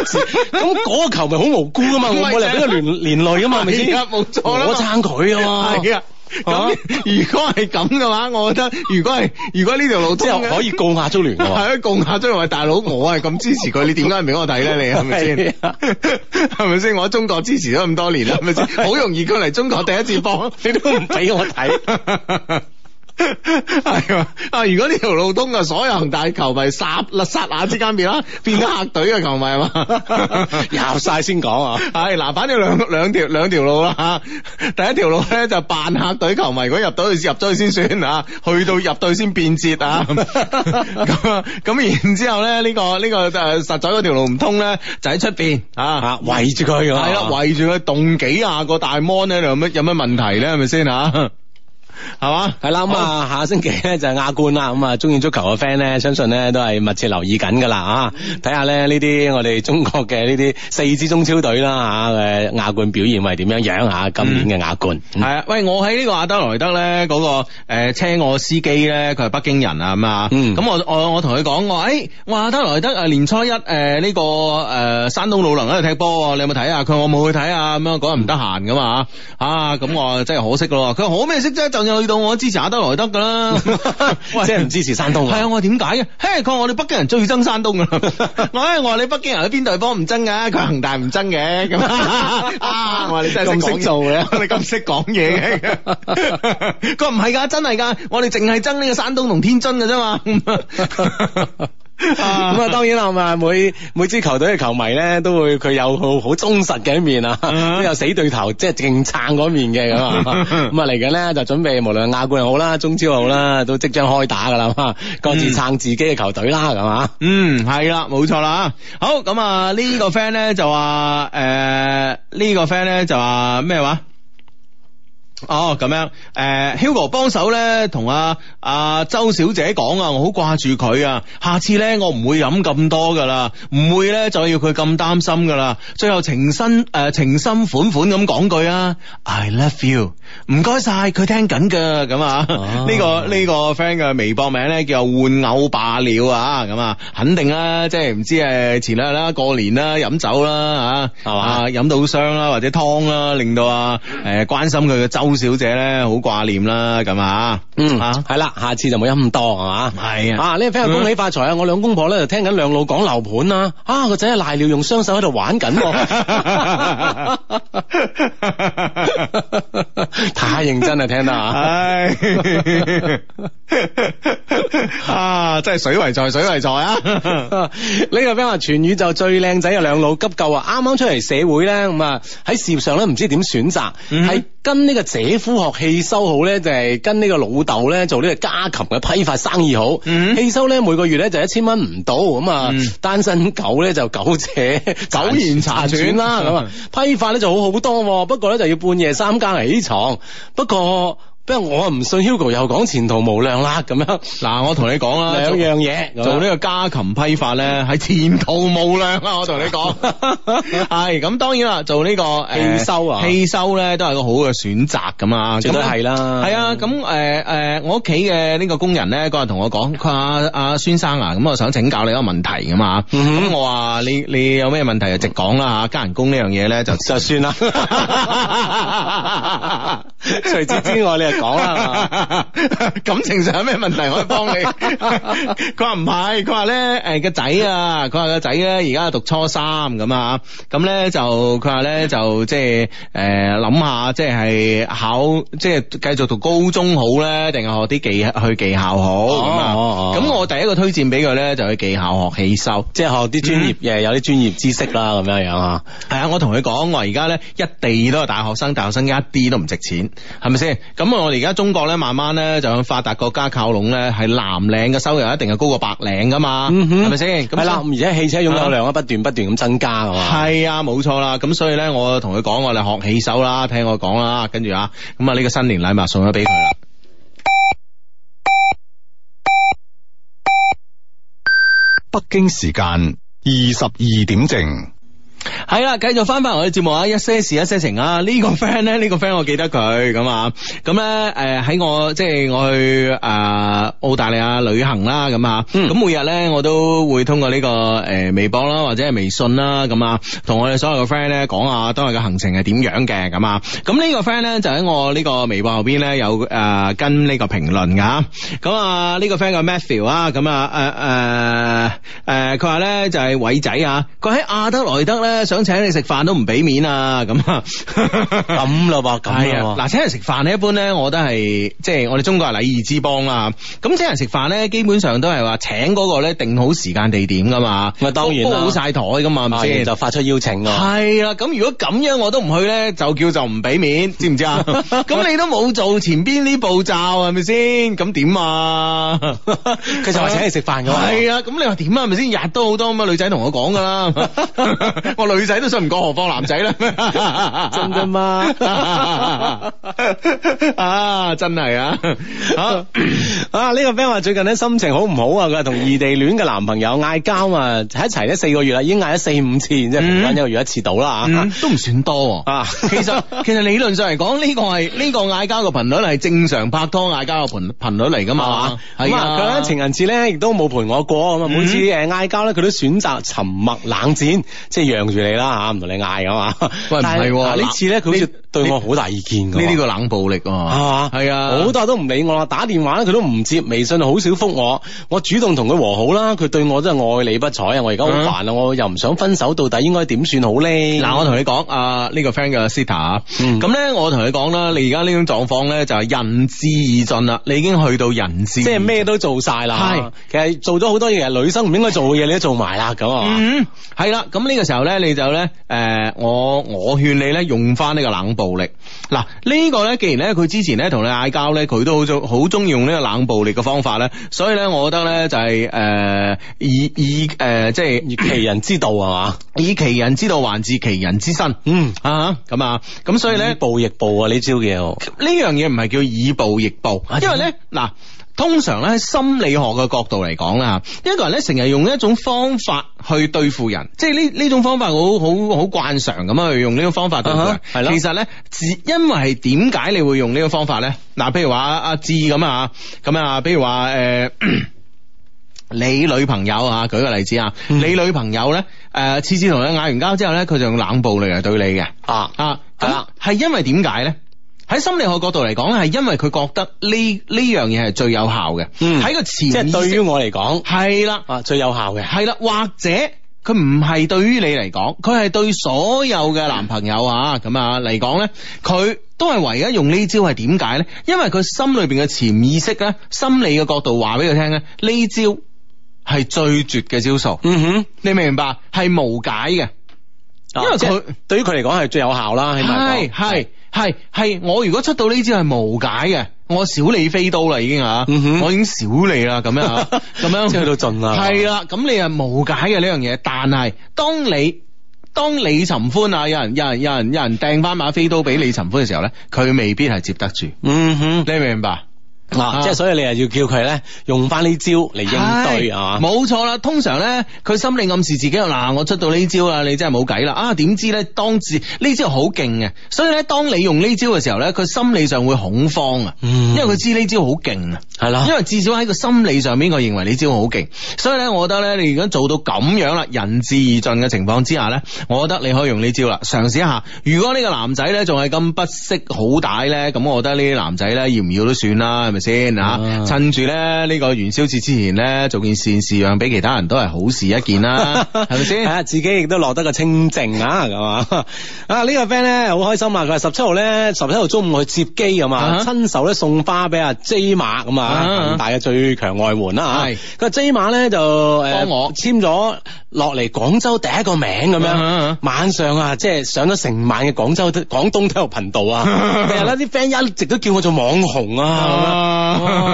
S3: 嗰個球咪好無辜噶嘛，我
S1: 唔係
S3: 冇理由俾佢連連
S1: [LAUGHS]
S3: 累噶嘛，係咪
S1: 係
S3: 先
S1: 啊？冇錯啦
S3: 我撐佢啊嘛，
S1: 係啊。
S3: 啊
S1: 咁如果係咁嘅話，我覺得如果係如果呢條路
S3: 即
S1: 通
S3: 係
S1: 嘅
S3: 可以告亞足聯㗎
S1: [LAUGHS] 係
S3: 喎。
S1: 啊，共下都係話大佬，我係咁支持佢，你點解唔俾我睇咧？你係咪先
S3: 係啊？
S1: [LAUGHS] 係咪先？我喺中國支持咗咁多年啦，係咪先？
S3: [LAUGHS]
S1: 好容易佢嚟中國第一次播，
S3: 你都唔俾我睇，
S1: [LAUGHS] 係啊！啊，如果呢條路通嘅所有恒大球迷霎啦霎下之間變啦，變咗客隊嘅球迷係嘛？
S3: 入晒先講啊！
S1: 係嗱，反正兩兩條兩條路啦 [LAUGHS] 嚇。第一條路咧就扮客隊球迷，如果入到去入咗去先算啊，去到入到去先變節
S3: [LAUGHS]
S1: 啊。咁啊，咁然之後咧，呢、個呢、個誒實在嗰條路唔通咧，就喺出邊啊。
S3: 啊，圍住佢咁啊
S1: 係啦，圍住佢動幾廿個大 mon 咧，有乜有乜問題咧？係咪先嚇？係嘛？
S3: 系啦，咁啊，下星期咧就係亞冠啦，咁啊，中意足球嘅 friend 咧，相信咧都係密切留意緊噶啦啊！睇下咧呢啲我哋中國嘅呢啲四支中超隊啦嚇嘅亞冠表現係點樣樣啊？今年嘅亞冠，嗯
S1: 系啊，喂，我喺呢個阿德萊德咧，嗰、個个呃車我司機咧，佢係北京人啊咁啊，
S3: 嗯，
S1: 咁我我我同佢講，我話诶，我話阿德萊德啊，年初一诶呢、個呃山東魯能喺度踢波喎，你有冇睇啊？佢話我冇去睇啊，咁樣嗰日唔得閒噶嘛，啊咁我話真係可惜咯，佢話可咩惜啫，就要去到我支持阿德萊德噶啦
S3: [LAUGHS] 即係唔支持山東
S1: 係啊，
S3: 啊！
S1: 我話點解嘅？嘿，佢話我哋北京人最憎山東噶 [LAUGHS] 啦。我話我話你北京人喺邊隊波唔憎嘅，佢話恒大唔憎嘅 [LAUGHS] 咁啊！我話你真係
S3: 咁識做
S1: 嘅， [LAUGHS] 你咁識講嘢嘅。 [LAUGHS] 佢話唔係㗎，真係㗎，我哋淨係憎呢個山東同天津㗎啫嘛。啊
S3: 咁啊，當然啦，咁啊，每每支球隊嘅球迷咧，都會佢有好好忠實嘅一面啊，
S1: 嗯
S3: 都有死對頭，即係勁撐嗰面嘅咁啊。
S1: [LAUGHS]
S3: 咁啊，嚟緊咧就準備無論亞冠又好啦，中超又好啦，都即將開打噶啦，咁啊各自撐自己嘅球隊啦，咁啊。
S1: 嗯，係啦，冇錯啦。好，咁啊呢個 friend 咧就話，诶、呢、個 friend 咧就話咩話？哦，咁樣，誒、h u g o 幫手咧，同阿阿周小姐講啊，我好掛住佢啊，下次咧我唔會飲咁多噶啦，唔會咧再要佢咁擔心噶啦，最後情深誒、呃情深款款咁講句啊，I love you，唔該晒，佢聽緊噶，咁啊，呢、
S3: 哦
S1: 個呢、個 friend 嘅微博名咧叫玩偶罷了啊，咁啊，肯定啦，即係唔知誒前兩日啦，過年啦，飲酒啦嚇，
S3: 係嘛
S1: 啊飲到傷啦，或者湯啦，令到啊誒、關心佢嘅周小姐咧好掛念啦，咁啊，
S3: 嗯，
S1: 啊
S3: 係啦，下次就冇飲咁多係嘛。
S1: 係啊，
S3: 啊！呢個 friend 話恭喜發財啊！我兩公婆咧就聽緊兩老講樓盤啦，啊個仔啊賴尿用雙手喺度玩緊
S1: [LAUGHS]
S3: 喎，太認真啦，聽得啊！
S1: 啊 [LAUGHS] 唉， [LAUGHS] 啊，真係水為財，水為財啊！
S3: [LAUGHS] 呢個 friend 話全宇宙最靚仔嘅兩老急救啊！啱啱出嚟社會咧，咁啊喺事業上咧唔知點選擇，係、
S1: 嗯
S3: 跟呢個姐夫學汽修好咧，就係、跟呢個老豆咧做呢個家禽嘅批發生意好。
S1: 嗯
S3: 汽修咧每個月咧就一千蚊唔到，咁啊、
S1: 嗯
S3: 單身狗咧就
S1: [LAUGHS]
S3: 苟且
S1: 苟延殘喘
S3: 啦，咁啊批發咧就好好多喎，不過咧就要半夜三更嚟起床，不過。不過我唔信 Hugo 又講前途無量啦，咁樣
S1: 嗱，我同你講啊啦，做
S3: 兩樣嘢咁樣
S1: 做呢個家禽批發咧，
S3: [LAUGHS]
S1: 係前途無量啊！我同你講，係咁當然啦，做呢、個誒
S3: 汽修啊
S1: 汽修咧都係個好嘅選擇咁啊，
S3: 絕對
S1: 咁
S3: 係啦
S1: 係啊，咁誒誒，我屋企嘅呢個工人咧嗰日同我講，佢話阿阿孫生啊，咁我想請教你一個問題咁嘛，咁、
S3: 嗯哼
S1: 我話你你有咩問題就直講啦嚇，加人工呢樣嘢咧就。
S3: 就
S1: [LAUGHS]
S3: 算啦。 [LAUGHS] 除此之外，你就講啦。
S1: [LAUGHS] 感情上有咩問題我可以幫你？ [LAUGHS] 佢話唔係，佢話咧誒個仔啊，佢話個仔咧而家讀初三咁啊，咁咧就佢話咧就即係誒諗下，即係考即係繼續讀高中好咧，定係學啲技去技校好咁啊？
S3: 哦哦
S1: 咁我第一個推薦俾佢咧就去技校學汽修。
S3: 即係學啲專業嘅，有啲專業知識啦，咁樣樣啊。
S1: 係啊，我同佢講，我而家咧一地都係大學生，大學生一啲都唔值錢，係咪先？咁我哋而家中國咧，慢慢咧就向發達國家靠攏咧，係藍領嘅收入一定係高過白領噶嘛，
S3: 嗯哼
S1: 係咪先？
S3: 係啦，
S1: 所以
S3: 而且汽車擁有量啊，不斷不斷咁增加㗎嘛。
S1: 係啊，冇錯啦。咁所以咧，我同佢講，我哋學起手啦，聽我講啦，跟住啊，咁啊呢個新年禮物送咗俾佢啦。
S4: 北京時間二十二點正。
S1: 係啦，繼續翻翻我哋節目啊，一些事一些情啊。呢、個 friend 咧，呢、個 friend 我記得佢咁啊，咁咧誒喺我即係我去誒、呃澳大利亞旅行啦，咁啊，咁、每日咧我都會通過呢、個誒、呃微博啦，或者係微信啦，咁啊，同我哋所有嘅 friend 咧講下當日嘅行程係點樣嘅咁啊。咁呢個 friend 咧就喺我呢個微博後邊咧有誒、呃跟呢個評論噶，咁啊呢、個 friend 叫 Matthew 啊，咁啊誒誒誒佢話咧就係、偉仔啊，佢喺亞德萊德咧想請你食飯都唔俾面啊，咁啊
S3: [LAUGHS] 咁咯噃，咁
S1: 係啊
S3: 咯，喎。
S1: 嗱，請人食飯咧，一般咧，我覺得係即係我哋中國係禮儀之邦啦。咁請人食飯咧，基本上都係話請嗰個咧定好時間地點噶嘛，
S3: 咪當然啦
S1: 都好晒台噶嘛，係咪
S3: 啊
S1: 先？
S3: 就發出邀請啊。
S1: 係啦，咁如果咁樣我都唔去咧，就叫就唔俾面，知唔知
S3: [LAUGHS]
S1: 啊？咁你都冇做前邊呢步驟，係咪先？咁點啊？
S3: 佢就話請你食飯㗎嘛
S1: 係啊，咁你話點啊？係咪先？日都好多咁啊嘅女仔同我講㗎啦，
S3: [LAUGHS]
S1: 我女仔都信唔過，何況男仔咧？
S3: 真㗎嘛
S1: [LAUGHS] 啊，真係啊！
S3: [LAUGHS]
S1: [LAUGHS] 啊
S3: [COUGHS] 啊！呢、個 friend 話最近咧心情好唔好啊？佢話同異地戀嘅男朋友嗌交啊，喺一齊咧四個月啦，已經嗌咗四五次，即係平均一個月一次到啦啊！
S1: 嗯，都唔算多喎
S3: 啊
S1: 其
S3: [LAUGHS]
S1: 實其實理論上嚟講，呢個係呢個嗌交嘅頻率係正常拍拖嗌交嘅頻頻率嚟噶
S3: 係
S1: 嘛
S3: 嘛？？咁啊，佢咧情人節
S1: 嗯
S3: 呃咧亦都冇陪我過，咁啊每次誒嗌交咧，佢都選擇沉默冷戰，即係讓住你啦吓，唔同你嗌噶嘛。
S1: 喂唔
S3: 但
S1: 係喎
S3: 嗱呢
S1: 嗱
S3: 次咧，佢好
S1: 呢
S3: 似對我好大意見㗎
S1: 呢
S3: 喎
S1: 啲叫冷暴力喎，
S3: 係嘛？
S1: 係啊，
S3: 好多人都唔理我啦，打電話咧佢都唔接，微信好少覆我。我主動同佢和好啦，佢對我真係愛理不睬啊！我而家好煩啊，我又唔想分手，到底應該點算好咧？
S1: 嗯嗱，我同你講啊，呢、個 friend 嘅 Sita 啊，
S3: 嗯
S1: 咁咧我同你講啦，你而家呢種狀況咧就係人至已盡啦，你已經去到人至，
S3: 即係咩？都做晒啦，係，其實做咗好多嘢，女生唔應該做嘅嘢你都做埋啦，咁啊嘛，
S1: 嗯，係啦，咁呢個時候咧，你就咧，誒、我我勸你咧用翻呢個冷暴力。嗱，呢個咧，既然咧佢之前咧同你嗌交咧，佢都好中好中意用呢個冷暴力嘅方法咧，所以咧，我覺得咧就係、誒、以以誒、即係
S3: 而其人之道係嘛，
S1: 以其人之道還治其人之身
S3: 嗯，
S1: 啊，咁啊，咁所以咧
S3: 以。暴亦暴啊！呢招嘢，
S1: 呢樣嘢唔係叫以暴易暴
S3: 啊，
S1: 因為咧嗱。通常咧，喺心理學嘅角度嚟講啦，一個人咧成日用一種方法去對付人，即係呢呢種方法好好好慣常咁樣去用呢種方法對付人
S3: 啊。哈係咯
S1: 其實咧，自因為係點解你會用呢個方法咧？嗱，譬如話阿志咁啊，咁啊，譬如話 [CLEARS THROAT] 誒。你女朋友啊，舉個例子啊，
S3: 嗯
S1: 你女朋友咧，誒、呃次次同你嗌完交之後咧，佢就用冷暴力嚟對你嘅，
S3: 啊
S1: 啊，
S3: 係
S1: 咁
S3: 啦
S1: 係因為點解咧？喺心理學角度嚟講咧，係因為佢覺得呢呢樣嘢係最有效嘅，
S3: 嗯
S1: 喺個潛
S3: 即係
S1: 意
S3: 對於
S1: 識
S3: 我嚟講
S1: 係啦
S3: 啊最有效嘅，
S1: 係啦，或者佢唔係對於你嚟講，佢係對所有嘅男朋友啊咁啊嚟講咧，佢都係唯一用呢招係點解咧？因為佢心裏邊嘅潛意識咧，心理嘅角度話俾佢聽咧，呢招係最絕嘅招數，
S3: 嗯哼。
S1: 你明唔明白？係無解嘅。因為
S3: 啊即係
S1: 佢
S3: 對於佢嚟講係最有效啦，起碼
S1: 係係係係，我如果出到呢招係無解嘅，我少你飛刀啦已經吓，
S3: 嗯哼
S1: 我已經少你啦咁樣啊
S3: [LAUGHS]
S1: 咁樣
S3: 即係去到盡啦
S1: 係啊啦，咁你係無解嘅呢樣嘢，但係當你。當李尋歡啊，有人有人有人有人掟翻把飛刀俾李尋歡嘅時候咧，佢未必係接得住，
S3: 嗯哼，
S1: 你明唔明白？啊
S3: 嗱，即係所以你又要叫佢咧用翻呢招嚟應對
S1: 係
S3: 啊，
S1: 冇錯啦。通常咧，佢心理暗示自己嗱，我出到呢招啦，你真係冇計啦。啊，點知咧，當自呢招好勁嘅，所以咧，當你用呢招嘅時候咧，佢心理上會恐慌啊，
S3: 嗯
S1: 因為佢知呢招好勁啊。
S3: 係啦
S1: 因，為至少喺個心理上面，我認為呢招好勁，所以咧，我覺得咧，你而家做到咁樣啦，仁至義盡嘅情況之下咧，我覺得你可以用呢招啦，嘗試一下。如果呢個男仔咧仲係咁不識好歹咧，咁我覺得呢啲男仔咧要唔要都算啦，係咪先
S3: 啊
S1: 吓？趁住咧呢個元宵節之前咧，做件善事讓俾其他人都係好事一件啦，
S3: [LAUGHS]
S1: [LAUGHS] 係咪
S3: 係
S1: 先？
S3: 啊，自己亦都落得個清靜啊，咁啊， [LAUGHS] 啊呢個 friend 咧好開心啊，佢話十七號咧，十七號中午去接機咁啊
S1: 啊，
S3: 親手咧送花俾阿 J 馬咁啊，
S1: 啊
S3: 恒大嘅最強外援啦
S1: 係
S3: 嚇。佢話 J 馬咧就誒
S1: 幫我
S3: 簽咗落嚟廣州第一個名咁
S1: 啊啊
S3: 樣
S1: 啊，
S3: 晚上啊即係上咗成晚嘅廣州廣東體育頻道啊，
S1: [LAUGHS]
S3: 其實呢啲 friend 一直都叫我做網紅啊咁樣。
S1: 啊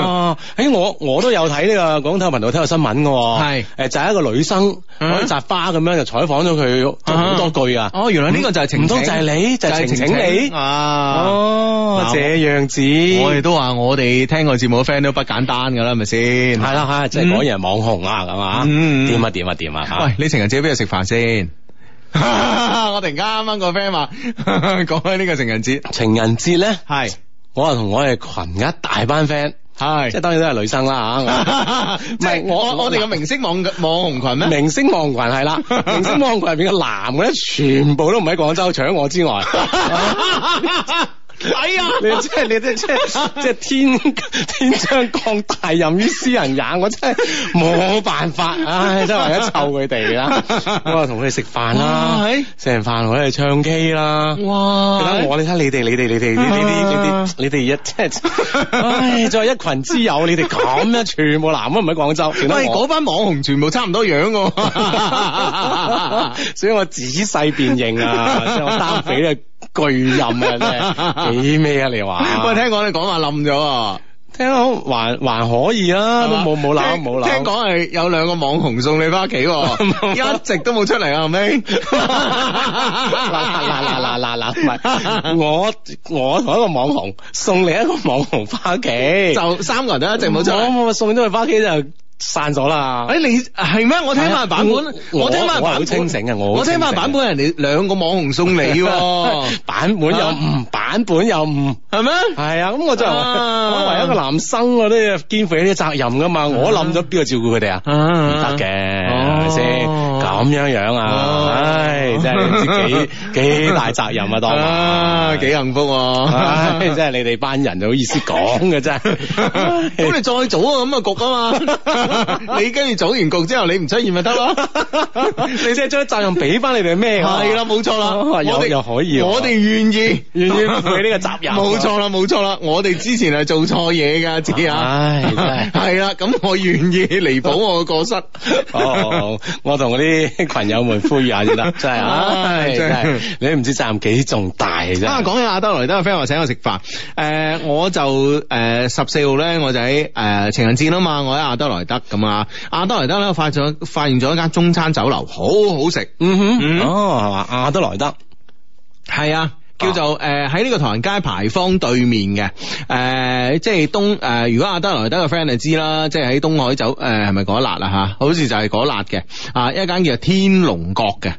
S3: 哦，誒我我都有睇呢個廣東頻道睇個新聞嘅喎，
S1: 係
S3: 誒就係一個女生
S1: 嗯
S3: 攞啲扎花咁樣就採訪咗佢，講好多句啊，
S1: 哦，原來呢個就係晴晴，
S3: 唔通就係你，就係晴晴你，
S1: 啊！
S3: 哦
S1: 嗱，
S3: 這樣子，
S1: 我哋都話我哋聽我節目嘅 friend 都不簡單噶啦，係咪先？
S3: 係啦係，即係果然係網紅啊咁啊，
S1: 嗯嗯嗯嗯
S3: 點啊點啊點啊嚇
S1: 喂，你情人節邊度食飯先？ [LAUGHS] 我突然間啱啱個 friend 話 [LAUGHS] 講開呢個情人節，
S3: 情人節咧，
S1: 係
S3: 我係同我哋群嘅一大班 friend，即
S1: [LAUGHS]
S3: 係
S1: 係，
S3: 當然都係女生啦啊嚇。我
S1: 即係我我哋嘅明星網網紅群 [LAUGHS] 咩？
S3: 明星網群係啦，明星網群入邊嘅男嘅咧，全部都唔喺廣州，除咗我
S1: [LAUGHS]
S3: 之外。 [LAUGHS]
S1: 係啊
S3: 你真係你真係真係即係天天將降大任於斯人也，我真係冇辦法，唉，真係為咗湊佢哋啦。我又同佢哋食飯啦
S1: 哇係，
S3: 食完飯我哋唱 K 啦。你
S1: [LAUGHS] 哇
S3: 睇我，你睇你哋，你哋，你哋，你哋，你哋，你哋一即係，唉，作為一群之友，你哋咁樣全部男都唔喺廣州，剩得
S1: 喂，
S3: 我
S1: 嗰班網紅全部差唔多樣喎。
S3: 所以我仔細辨認啊，即係我擔起嘅巨任啊，真係幾咩啊？你話？
S1: 喂，聽講你講話冧咗啊，
S3: 聽講還還可以啦，都冇冇鬧
S1: 聽
S3: 冇鬧。
S1: 聽講係有兩個網紅送你翻屋企喎，一直都冇出嚟啊，後尾。
S3: 嗱嗱嗱嗱嗱嗱，唔係我我同一個網紅送另一個網紅翻屋企，
S1: 就三個人都一直冇出
S3: 我
S1: 嚟。
S3: 我送咗佢翻屋企就散咗啦。
S1: 誒你係咩？我聽翻版本，
S3: 我
S1: 聽翻
S3: 我係好
S1: 版本
S3: 清醒嘅我好
S1: 我聽翻版本人哋兩個網紅送你喎，
S3: 版本又唔版本又唔。
S1: 係咩？
S3: 係啊，咁我就
S1: 啊
S3: 我為一個男生，我都要肩負呢啲責任噶嘛。我諗咗邊個照顧佢哋啊？唔
S1: 唔
S3: 得嘅，係咪先？
S1: 哦
S3: 咁樣樣啊，
S1: 哦
S3: 唉，真真係
S1: [LAUGHS]
S3: 唔知幾幾大責任啊，當
S1: 啊，幾幸福
S3: 唉，
S1: 喎！
S3: 真係你哋班人就好意思講嘅真係。
S1: [LAUGHS] 咁你 [LAUGHS] 再組啊咁嘅局啊
S3: [LAUGHS]
S1: 嘛，你跟住組完局之後，你唔出現咪得咯？
S3: 你即係啊將責任俾翻你哋咩？
S1: 係啦，，冇錯啦，
S3: 啊又
S1: 我哋
S3: 又可以喎
S1: 我哋願意，
S3: 願意負起呢個責任
S1: 冇錯啦，冇錯啦，我哋之前係做錯嘢㗎，自己啊，
S3: 唉真係
S1: 係啦，咁我願意彌補我嘅過失。
S3: 哦，我同嗰啲群友們呼籲下
S1: [LAUGHS]
S3: 先得，真係，唉，
S1: 真
S3: 真
S1: 係
S3: 係，你都唔知責任幾重大嘅
S1: 啊，
S3: 啫。
S1: 講起阿德萊德嘅 friend 話請我食飯，誒、我就誒十四號咧，我就喺誒、情人節啊嘛，我喺阿德萊德咁啊，阿德萊德咧發咗發現咗一間中餐酒樓，好好食，
S3: 嗯
S1: 嗯
S3: 哼，哦，係嘛，亞德萊德，
S1: 係啊。叫做誒喺呢個唐人街牌坊對面嘅誒、即係東誒、如果阿德萊德嘅 friend 就知啦，即係喺東海酒誒係咪嗰一辣啊嚇？好似就係嗰一辣嘅啊，一間叫天龍閣嘅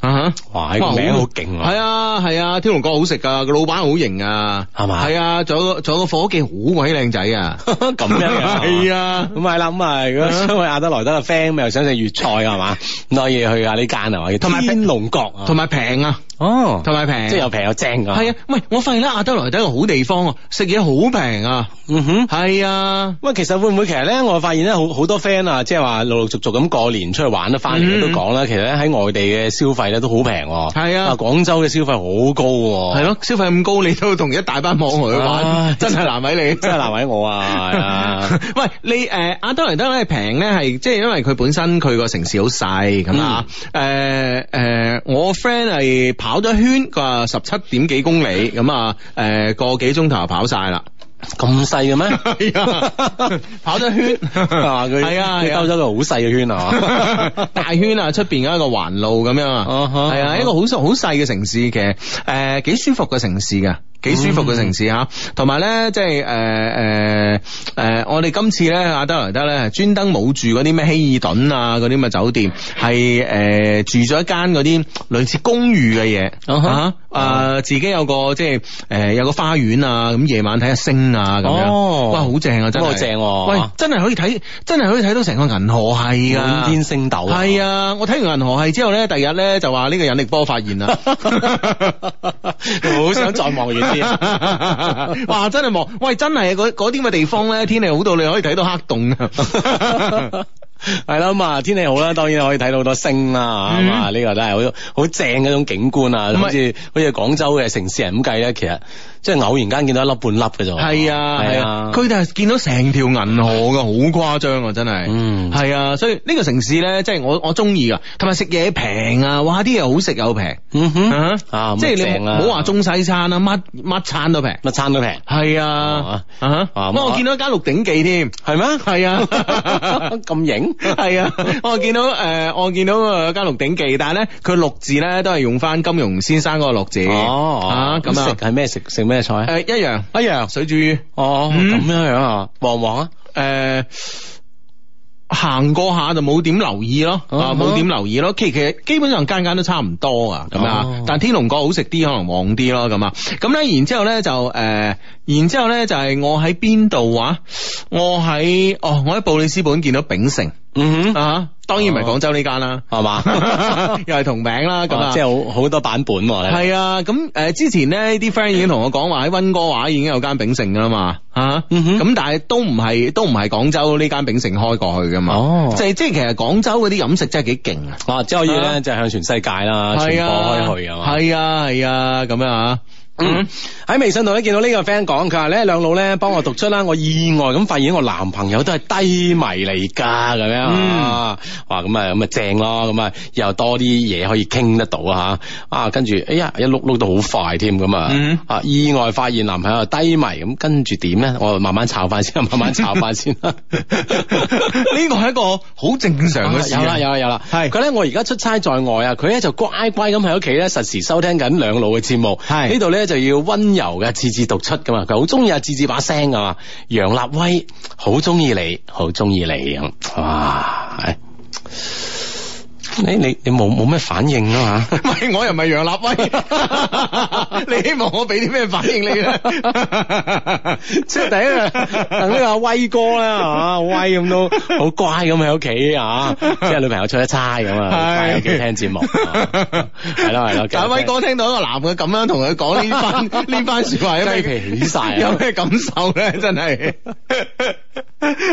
S1: 啊哈
S3: 哇，個名好勁啊
S1: 係！啊係啊，天龍閣好食噶，個老闆好型啊，
S3: 係嘛
S1: 係啊，仲有個仲有個伙計好鬼靚仔啊，
S3: [LAUGHS] 咁樣嘅
S1: [LAUGHS] 係啊。
S3: 咁係啦，咁啊，如果
S1: 嗯
S3: 想去亞德萊德嘅 friend 咪又想食粵菜係嘛，咁可以去下呢間係嘛，
S1: 同埋
S3: 天龍閣啊，
S1: 同埋平啊，
S3: 哦，
S1: 同埋平，
S3: 即係又平又正啊。
S1: 係啊，喂，我發現咧亞德萊德係個好地方啊，食嘢好平啊，
S3: 嗯哼。
S1: 係啊，
S3: 喂，其實會唔會其實咧，我發現咧，好好多 friend 啊，即係話陸陸續續咁過年出去玩得翻嚟
S1: 嗯
S3: 都講啦，其實咧喺外地嘅消費咧都好平喎，
S1: 係啊
S3: 廣州嘅消費好高喎，
S1: 係咯，消費咁高，你都同一大班網紅去
S3: 唉
S1: 玩，真係難為你，
S3: 真係難為我啊，
S1: [LAUGHS]
S3: 係啊，
S1: 喂，你誒阿德萊德咧平咧係即係因為佢本身佢個城市好細咁啊，誒誒我 friend 係跑咗一圈，佢話十七點幾公里咁啊，誒個幾鐘頭就跑晒啦，
S3: 咁細嘅咩？
S1: 係啊， [LAUGHS] 跑咗一
S3: [LAUGHS]
S1: 圈
S3: 係嘛，佢
S1: 係啊
S3: 佢
S1: 係啊
S3: 兜咗個好細嘅圈啊，
S1: 大圈啊，出邊嗰一個環路咁樣啊，
S3: 啊哈
S1: 係啊，一個好細好細嘅城市嘅，其實誒幾舒服嘅城市噶。幾舒服嘅城
S3: 嗯
S1: 市嚇，同埋咧即係誒誒誒，我哋今次咧阿德萊德咧專登冇住嗰啲咩希爾頓啊嗰啲咁嘅酒店，係誒、呃住咗一間嗰啲類似公寓嘅嘢
S3: 啊哈
S1: 啊啊自己有個即係誒有個花園啊，咁夜晚睇下星啊咁樣，
S3: 哦
S1: 哇好正啊真
S3: 咁啊
S1: 係
S3: 正喎
S1: 喂真係可以睇，真係可以睇到成個銀河系啊！
S3: 滿天星斗啊
S1: 係啊！我睇完銀河系之後咧，第日咧就話呢個引力波發現
S3: [LAUGHS]
S1: 啦。
S3: 好想再望遠啲
S1: [LAUGHS] 哇！真係望，喂，真係嗰嗰啲咁嘅地方咧，天氣好到你可以睇到黑洞
S3: [LAUGHS]
S1: 啊！
S3: 係啦，咁啊天氣好啦，當然可以睇到好多星啦，
S1: 嗯
S3: 咁啊呢個都係好好正嘅一種景觀啊，
S1: 係
S3: 好似好似廣州嘅城市人咁計咧，其實即係偶然間見到一粒半粒嘅啫喎。
S1: 係啊，
S3: 係
S1: 係
S3: 啊
S1: 啊，，佢哋係見到成條銀河噶，好誇張啊，真係。
S3: 嗯
S1: 係啊，所以呢個城市咧，即係我我中意噶，同埋食嘢平啊，哇，啲嘢好食又平，
S3: 嗯哼
S1: 啊
S3: 啊，
S1: 即係你
S3: 正啦，
S1: 唔好話中西餐啊，乜乜餐都平。
S3: 乜餐
S1: [LAUGHS]
S3: 都平，
S1: 係啊，
S3: 啊
S1: 啊
S3: 啊
S1: 哈，不過我見到一間《鹿鼎記》添，
S3: 係咩？
S1: 係啊 [LAUGHS]
S3: 咁型
S1: 係啊，我見到誒、呃我見到誒間《鹿鼎記》，但係咧佢六字咧都係用翻金庸先生嗰個六字，啊咁
S3: 哦食
S1: 啊，
S3: 係咩食食咩菜
S1: 誒、
S3: 啊？
S1: 一樣一樣水煮魚，誒、
S3: 哦，
S1: 嗯
S3: 咁樣樣啊，旺唔旺啊？
S1: 呃行過下就冇點留意咯，啊
S3: 嗯哼
S1: 冇點留意咯，其其實基本上間間都差唔多啊，咁
S3: 哦
S1: 啊，但天龍閣好食啲，可能旺啲咯，咁啊，咁咧然之後咧就誒、呃然之後咧就係我喺邊度話，我喺哦我喺布里斯本見到秉承。
S3: 嗯哼，
S1: 啊，當然唔係廣州呢間
S3: [LAUGHS]
S1: 啦， [LAUGHS]
S3: 係嘛？
S1: 又係同名啦，咁
S3: 咁啊
S1: 啊，
S3: 哦即。係好好多版本喎。你
S1: 係啊，咁誒、呃之前咧啲 friend 已經同我講話喺温哥華已經有間炳城噶啦嘛，嚇、
S3: 嗯哼
S1: 咁、但係都唔係都唔係廣州呢間炳城開過去噶嘛，
S3: 哦
S1: 就係即係其實廣州嗰啲飲食真係幾勁啊，
S3: 啊，即係可以咧，
S1: 啊
S3: 就係向全世界啦，傳
S1: 係啊，
S3: 播開去啊嘛。
S1: 係啊係啊，咁樣啊，
S3: 嗯，喺微信度咧見到呢個 friend 講，佢話咧兩老咧幫我讀出啦，我意外咁發現我男朋友都係低迷嚟㗎咁樣
S1: 嗯
S3: 啊，哇咁啊咁啊正咯，咁啊又多啲嘢可以傾得到啊吓，啊跟住哎呀一碌碌到好快添咁啊
S1: 嗯，
S3: 啊意外發現男朋友係低迷，咁跟住點咧？我慢慢炒翻先，慢慢炒翻先啦。
S1: [LAUGHS] 呢個係一個好正常嘅事、
S3: 啊
S1: 啊
S3: 有啦有啦有啦，
S1: 係
S3: 佢咧，我而家出差在外啊，佢咧就乖乖咁喺屋企咧，實時收聽緊兩老嘅節目。
S1: 係
S3: 呢度咧就要温柔嘅字字讀出噶嘛，佢好中意阿字字把聲噶嘛。楊立威好中意你，好中意你咁，哇！係诶，你你冇冇咩反應啊嘛？ [LAUGHS]
S1: 唔系，我又唔係楊立威，你 [LAUGHS] 希望我俾啲咩反應你咧？
S3: 即係第一個等呢個阿威哥啦，係嘛？威咁都好乖咁喺屋企
S1: [LAUGHS]
S3: 啊，即係女朋友出咗差咁啊，好乖喺屋企聽節目，
S1: [LAUGHS]
S3: 啊係咯係咯。
S1: 但係威哥聽到一個男嘅咁樣同佢講呢
S3: [LAUGHS]
S1: 番呢番说話，有咩
S3: 雞皮起晒啊
S1: 有咩感受咧？ [LAUGHS] 真係，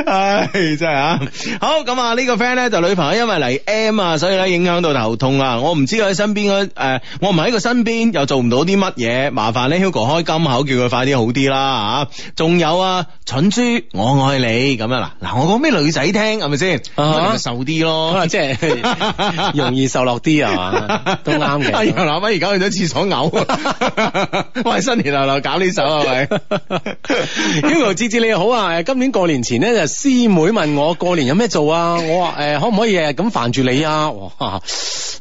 S1: 唉，真係啊！好咁啊，呢個 friend 咧就女朋友因為嚟 M 啊，所以咧影響到頭痛啊。我唔知佢喺身邊嗰诶，我唔喺佢身邊，又做唔到啲乜嘢。麻煩咧，Hugo 開金口，叫佢快啲好啲啦吓。仲有啊，蠢豬，我愛你咁啊嗱嗱，我講俾女仔聽係咪先？
S3: 啊哈
S1: 咁咪瘦啲咯
S3: 可。啊能即 [LAUGHS] 係容易受落啲啊嘛，都啱 [LAUGHS]
S1: 阿
S3: 嘅。
S1: 杨立威而家去咗廁所
S3: [LAUGHS]
S1: 嘔，喂新年流流搞呢首啊係咪？
S3: Hugo 志志你好啊！誒今年過年前咧，就師妹問我過年有咩做啊？我話誒、可唔可以日日咁煩住你啊？哇！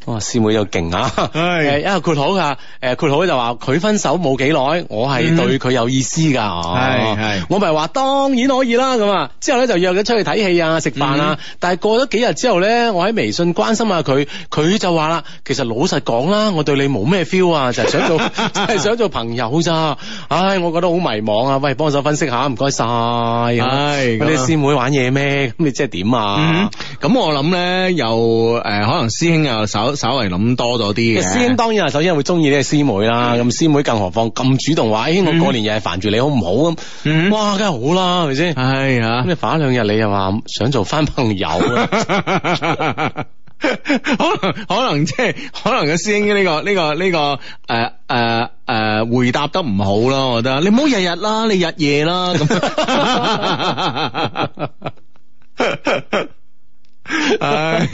S3: 哇！師妹又勁啊！誒
S1: 係
S3: 因為括號㗎，誒括號就話佢分手冇幾耐，我係對佢有意思㗎。哦
S1: 係係
S3: 我咪話當然可以啦咁啊！之後咧就約咗出去睇戲啊、食飯啊。但係過咗幾日之後咧，我喺微信關心下佢，佢就話啦：其實老實講啦，我對你冇咩 feel 啊，就係 [LAUGHS] 想做，就係想做朋友咋。唉，我覺得好迷茫啊！喂，幫手分析下，唔該晒。
S1: 係
S3: 喂
S1: 咁啊
S3: 你師妹玩嘢咩？ [LAUGHS] 咁你即係點
S1: 嗯
S3: 啊？，
S1: 咁我諗咧，又誒、可能師兄又稍稍為諗多咗啲嘅。
S3: 師兄當然係首先會中意呢個師妹啦，咁師妹更何況咁主動話，誒、我過年又係煩住你好唔好咁？
S1: 嗯
S3: 哇，梗係好啦，係咪先？
S1: 係啊
S3: [LAUGHS] 咁。你煩兩日，你又話想做翻朋友啊？
S1: [LAUGHS] 可能可能即係可能嘅師兄呢、個呢、個呢、個誒誒誒回答得唔好啦，我覺得你唔好日日啦，你日夜啦咁。 [LAUGHS] 唉，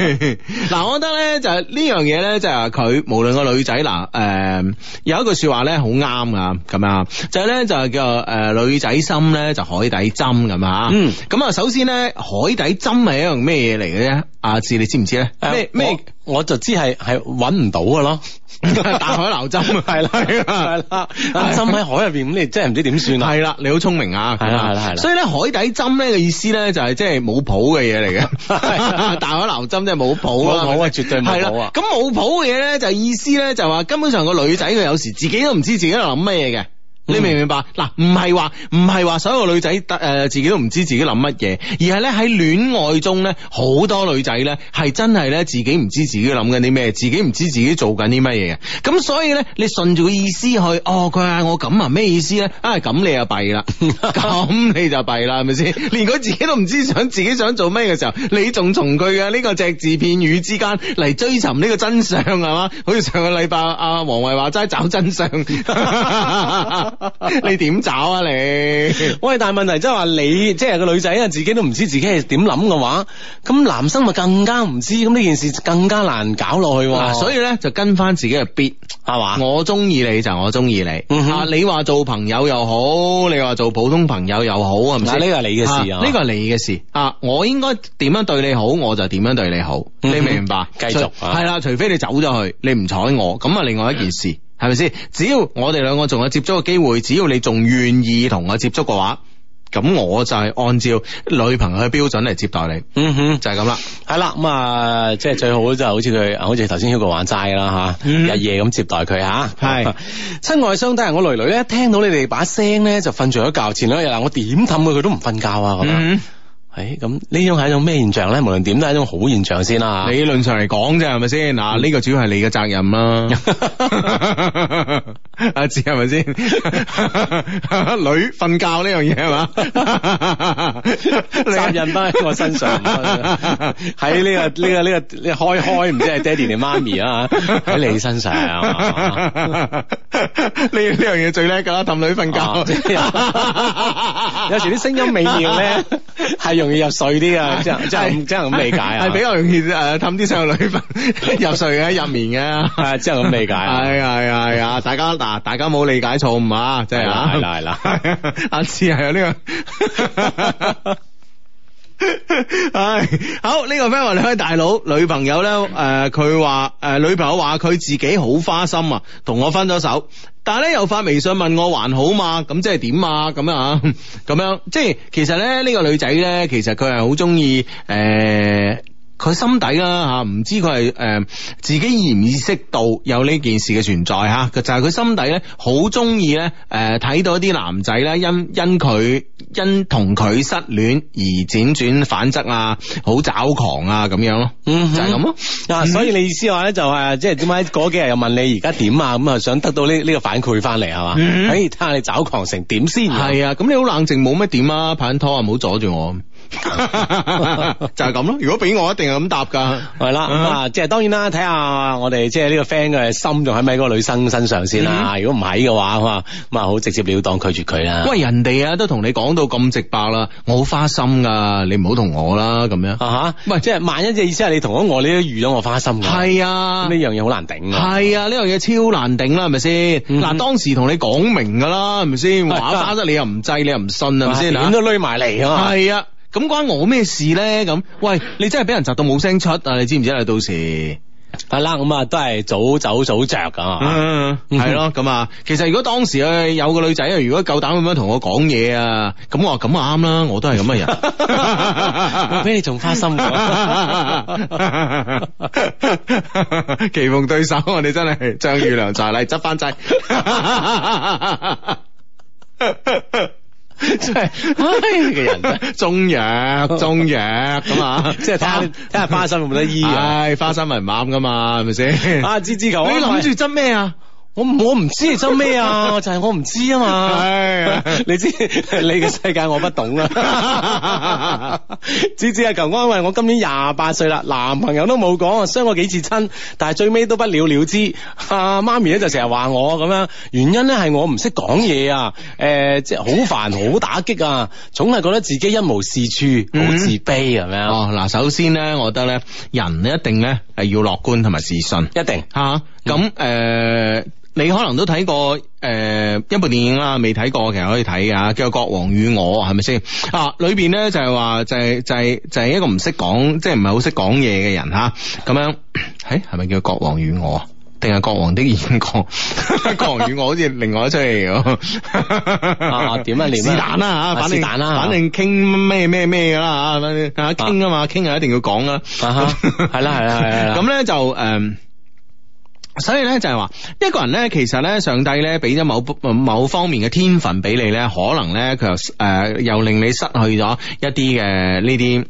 S1: 嗱，我覺得咧就係呢樣嘢咧，就係佢無論個女仔嗱，誒、呃有一句説話咧好啱啊，咁啊，就係、呢，咧就係叫誒、呃女仔心咧就海底針咁啊，
S3: 嗯
S1: 咁啊，首先咧海底針係一樣咩嘢嚟嘅啫？阿志你知唔知咧？ [LAUGHS]
S3: 呃
S1: 咩咩？
S3: 我我就知係係揾唔到嘅咯，
S1: [LAUGHS] 大海撈針啊係啦
S3: [LAUGHS] 係
S1: [LAUGHS]
S3: 啦，咁浸喺海入邊，咁你真係唔知點算啊！
S1: 系啦，你好聰明啊！
S3: 係啦係啦係啦
S1: 所以咧，海底針咧嘅意思咧就係即係冇譜嘅嘢嚟
S3: [LAUGHS]
S1: 嘅， [LAUGHS] 大海撈針即係冇譜啦。
S3: 冇譜啊絕對冇
S1: 係啦
S3: 譜啊
S1: 咁冇譜嘅嘢咧就意思咧就話根本上個女仔佢有時自己都唔知自己喺度諗乜嘢嘅。你明唔明白？嗱，唔係話唔係話所有女仔誒、呃自己都唔知自己諗乜嘢，而係咧喺戀愛中咧，好多女仔咧係真係咧自己唔知自己諗緊啲咩，自己唔知自己做緊啲乜嘢嘅。咁所以咧，你順住個意思去，哦，佢嗌我咁啊，咩意思咧？啊，咁你就弊啦， [LAUGHS] 咁你就弊啦，係咪 [LAUGHS] 先？連佢自己都唔知想自己想做咩嘅時候，你仲從佢嘅呢個隻字片語之間嚟追尋呢個真相係嘛？ [LAUGHS] 好似上個禮拜阿黃慧話齋找真相， [LAUGHS] 你點找啊你？
S3: 喂，但係問題即係話你即係個女仔啊，自己都唔知自己係點諗嘅話，咁男生咪更加唔知，咁呢件事更加難搞落去
S1: 嗱，
S3: 喎。
S1: 所以咧就跟翻自己嘅 beat。
S3: 係嘛？
S1: 我中意你就我中意你，
S3: 啊嗯哼
S1: 啊你話做朋友又好，你話做普通朋友又好，係咪
S3: 嗱
S1: 先？
S3: 呢個係你嘅事啊
S1: 呢個係你嘅事啊！我應該點樣對你好，我就點樣對你好，
S3: 嗯
S1: 你
S3: 哼
S1: 明唔明白？
S3: 繼續
S1: 除
S3: 啊
S1: 係啦，除非你走咗去，你唔睬我，咁啊另外一件事。係咪先？只要我哋兩個仲有接觸嘅機會，只要你仲願意同我接觸嘅話，咁我就係按照女朋友嘅標準嚟接待你，
S3: 嗯哼。
S1: 就係咁啦。
S3: 係啦，咁啊，即係最好就好似佢，好似頭先 Hugo 話齋啦吓，
S1: 嗯
S3: 日夜咁接待佢吓。
S1: 係
S3: [LAUGHS] 親愛相低，我女女咧聽到你哋把聲咧就瞓着咗覺，前兩日嗱啊我點氹佢佢都唔瞓覺啊咁樣。
S1: 嗯
S3: 誒咁呢種係一種咩現象咧？無論點都係一種好現象先啦。
S1: 理論上嚟講啫，係咪先？
S3: 嗯
S1: 嗱，呢個主要係你嘅責任
S3: [LAUGHS]
S1: 啦。阿志係咪先？ [LAUGHS] 女瞓覺呢樣嘢係嘛？
S3: [LAUGHS] 責任都喺我身上，
S1: [LAUGHS]
S3: 喺呢、個呢、個呢、個呢、開開唔知係爹哋定媽咪啊，喺
S1: [LAUGHS]
S3: 你身上。 [LAUGHS] 啊
S1: 呢呢樣嘢最叻㗎啦，氹女瞓
S3: 啊即
S1: 覺。 [LAUGHS]
S3: 有時啲聲音美妙咧，係容易入睡啲啊，即係即係咁即係咁理解啊，
S1: 係比較容易誒氹啲細路女瞓入睡嘅入眠嘅。
S3: 係即係咁理解啊。
S1: 係係係
S3: [LAUGHS]
S1: 啊！大家嗱，大家冇理解錯誤啊，真係啊，
S3: 係啦係啦
S1: [LAUGHS] 阿志係有呢個。 [LAUGHS] 唉，好呢、個 friend 話你位大佬女朋友咧，誒佢話誒女朋友話佢自己好花心啊，同我分咗手，但係咧又發微信問我還好嘛，咁即係點啊？咁樣啊， [LAUGHS] 咁樣即係其實咧呢、呢個女仔咧，其實佢係好中意誒。呃佢心底啦吓，唔知佢係诶自己意唔意識到有呢件事嘅存在吓，就係佢心底咧好中意咧诶睇到一啲男仔咧因因佢因同佢失戀而輾轉反側啊，好找狂啊咁樣咯，
S3: 嗯哼
S1: 就係咁咯。
S3: 啊，所以你意思話咧就係即係點解嗰幾日又問你而家點啊？咁啊想得到呢呢個反饋翻嚟係嘛？
S1: 嗯
S3: 誒睇下你找狂成點先。
S1: 係啊，咁你好冷靜，冇乜點啊，拍緊拖啊，唔好阻住 [LAUGHS] 我。就係咁咯，如果俾我一定係咁答噶。
S3: 系啦，咁啊，即係當然啦，睇下我哋即係呢個 friend 嘅心仲喺咪嗰個女生身上先啦。如果唔喺嘅話，咁啊，咁啊，好直接了當拒絕佢啦。
S1: 喂，人哋啊都同你講到咁直白啦，我好花心噶，你唔好同我啦咁樣。
S3: 啊吓，
S1: 喂
S3: 喂，即係萬一嘅意思係你同咗我，你都預咗我花心㗎。
S1: 係啊
S3: 咁呢。樣嘢好難頂啊。
S1: 係啊，呢樣嘢超難頂啦，係咪先？
S3: 嗯
S1: 嗱，當時同你講明噶啦，係咪 [LAUGHS] 先？
S3: 係
S1: 話打得你又唔制，你又唔信，係咪先？
S3: 點都攏埋嚟啊嘛。
S1: 係啊，咁關我咩事咧？咁，喂，你真係俾人窒到冇聲出啊！你知唔知啊？到時，
S3: 係啦，咁啊，都係早走早着㗎。
S1: 嗯，係咯，咁啊，其實如果當時啊有個女仔啊，如果夠膽咁樣同我講嘢啊，咁我話咁啊啱啦，我都係咁嘅人。 [LAUGHS]
S3: [LAUGHS] 我比你仲花心㗎。
S1: 棋逢對手，我哋真係仗遇良才嚟執翻掣。真係，唉，個人中藥中藥咁啊，
S3: 即係睇下睇下花心有冇得醫啊。
S1: 唉，花生咪唔啱噶嘛，係咪先？
S3: 啊，芝芝求
S1: 你諗住執咩啊？
S3: 我唔我唔知你執咩
S1: [LAUGHS]
S3: 啊，就係我唔知啊嘛
S1: 係。
S3: [LAUGHS] 你知你嘅世界我不懂啦。只知啊， [LAUGHS] 求安慰我今年廿八歲啦，男朋友都冇講，傷過幾次親，但係最尾都不了了之。啊，媽咪咧就成日話我咁樣，原因咧係我唔識講嘢啊，诶、即係好煩，好打擊啊，總係覺得自己一無是處，好自卑啊咁樣。
S1: 嗯哦，嗱，首先咧，我覺得咧，人咧一定咧係要樂觀同埋自信。
S3: 一定
S1: 吓
S3: 嗯
S1: 咁诶。你可能都睇過誒、呃一部電影啦，未睇過其實可以睇嘅啊叫《國王與我》，係咪先？啊，裏邊咧就係話就係、就係、就係、一個唔識講，即係唔係好識講嘢嘅人吓，咁樣 [COUGHS] 誒係咪叫《國王與我》啊？定係《國王的演講》？《 [LAUGHS] 國王與我》好似另外一出戲
S3: 啊
S1: 咁。
S3: 點啊念啊
S1: 是但啦嚇，反正
S3: 是但啦嚇
S1: 反正傾咩咩咩㗎啦嚇，反正傾啊嘛，傾啊一定要講啦。
S3: 啊哈係啦係
S1: [LAUGHS]
S3: 啦係啦
S1: 咁咧就誒。嗯所以咧就係話一個人咧，其實咧上帝咧俾咗某某方面嘅天分俾你咧，可能咧佢又誒、呃又令你失去咗一啲嘅呢啲。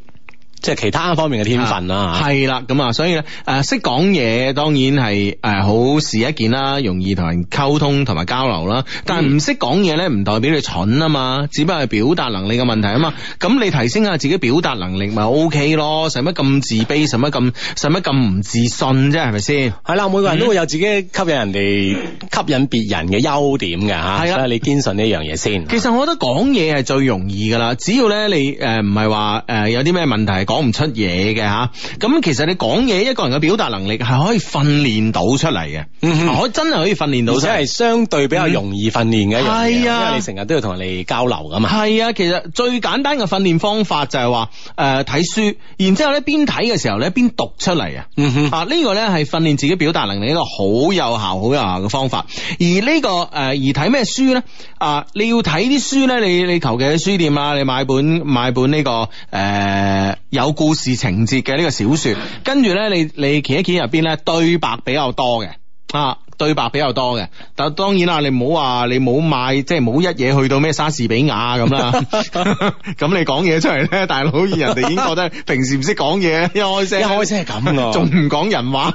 S3: 即係其他方面嘅天分啊啦。
S1: 系啊啦，咁啊，所以咧，诶，识讲嘢當然係诶好事一件啦，容易同人溝通同埋交流啦。但係唔識講嘢咧，唔代表你蠢啊嘛，只不過係表達能力嘅問題啊嘛。咁你提升下自己表達能力咪 O K 咯，使乜咁自卑，使乜咁使乜咁唔自信啫，係咪先？
S3: 系啦，每個人都會有自己吸引人哋、吸引別人嘅優點嘅吓，
S1: 嗯係啦啊
S3: 所以你堅信呢樣嘢先。
S1: 其實我覺得講嘢係最容易噶啦，只要咧你誒唔係話誒有啲咩問題係講唔出嘢嘅吓，咁其實你講嘢一個人嘅表達能力係可以訓練到出嚟嘅，
S3: 嗯哼
S1: 我真係可以訓練到
S3: 而
S1: 出
S3: 且
S1: 嚟
S3: 係。相對比較容易訓練嘅一樣嘢，
S1: 係啊
S3: 因為你成日都要同人哋交流噶嘛。
S1: 係啊，其實最簡單嘅訓練方法就係話誒睇書，然之後咧邊睇嘅時候咧邊讀出嚟啊。
S3: 嗯 [LAUGHS] 哼，
S1: 啊，呢、個咧係訓練自己表達能力一個好有效、好有效嘅方法。而呢、個誒、呃而睇咩書咧？啊，你要睇啲書咧，你你求其喺書店啊，你買本買本呢、個誒、呃有故事情節嘅呢個小説，跟住咧你你揭一揭入邊咧對白比較多嘅啊。對白比較多嘅，但當然啦，你唔好話你冇買，即係冇一嘢去到咩莎士比亞咁
S3: [LAUGHS]
S1: 啦。咁你講嘢出嚟咧，大佬人哋已經覺得平時唔識講嘢，一開聲
S3: 一開聲係咁
S1: [LAUGHS]
S3: 㗎
S1: 仲唔講人
S3: [LAUGHS]
S1: 話。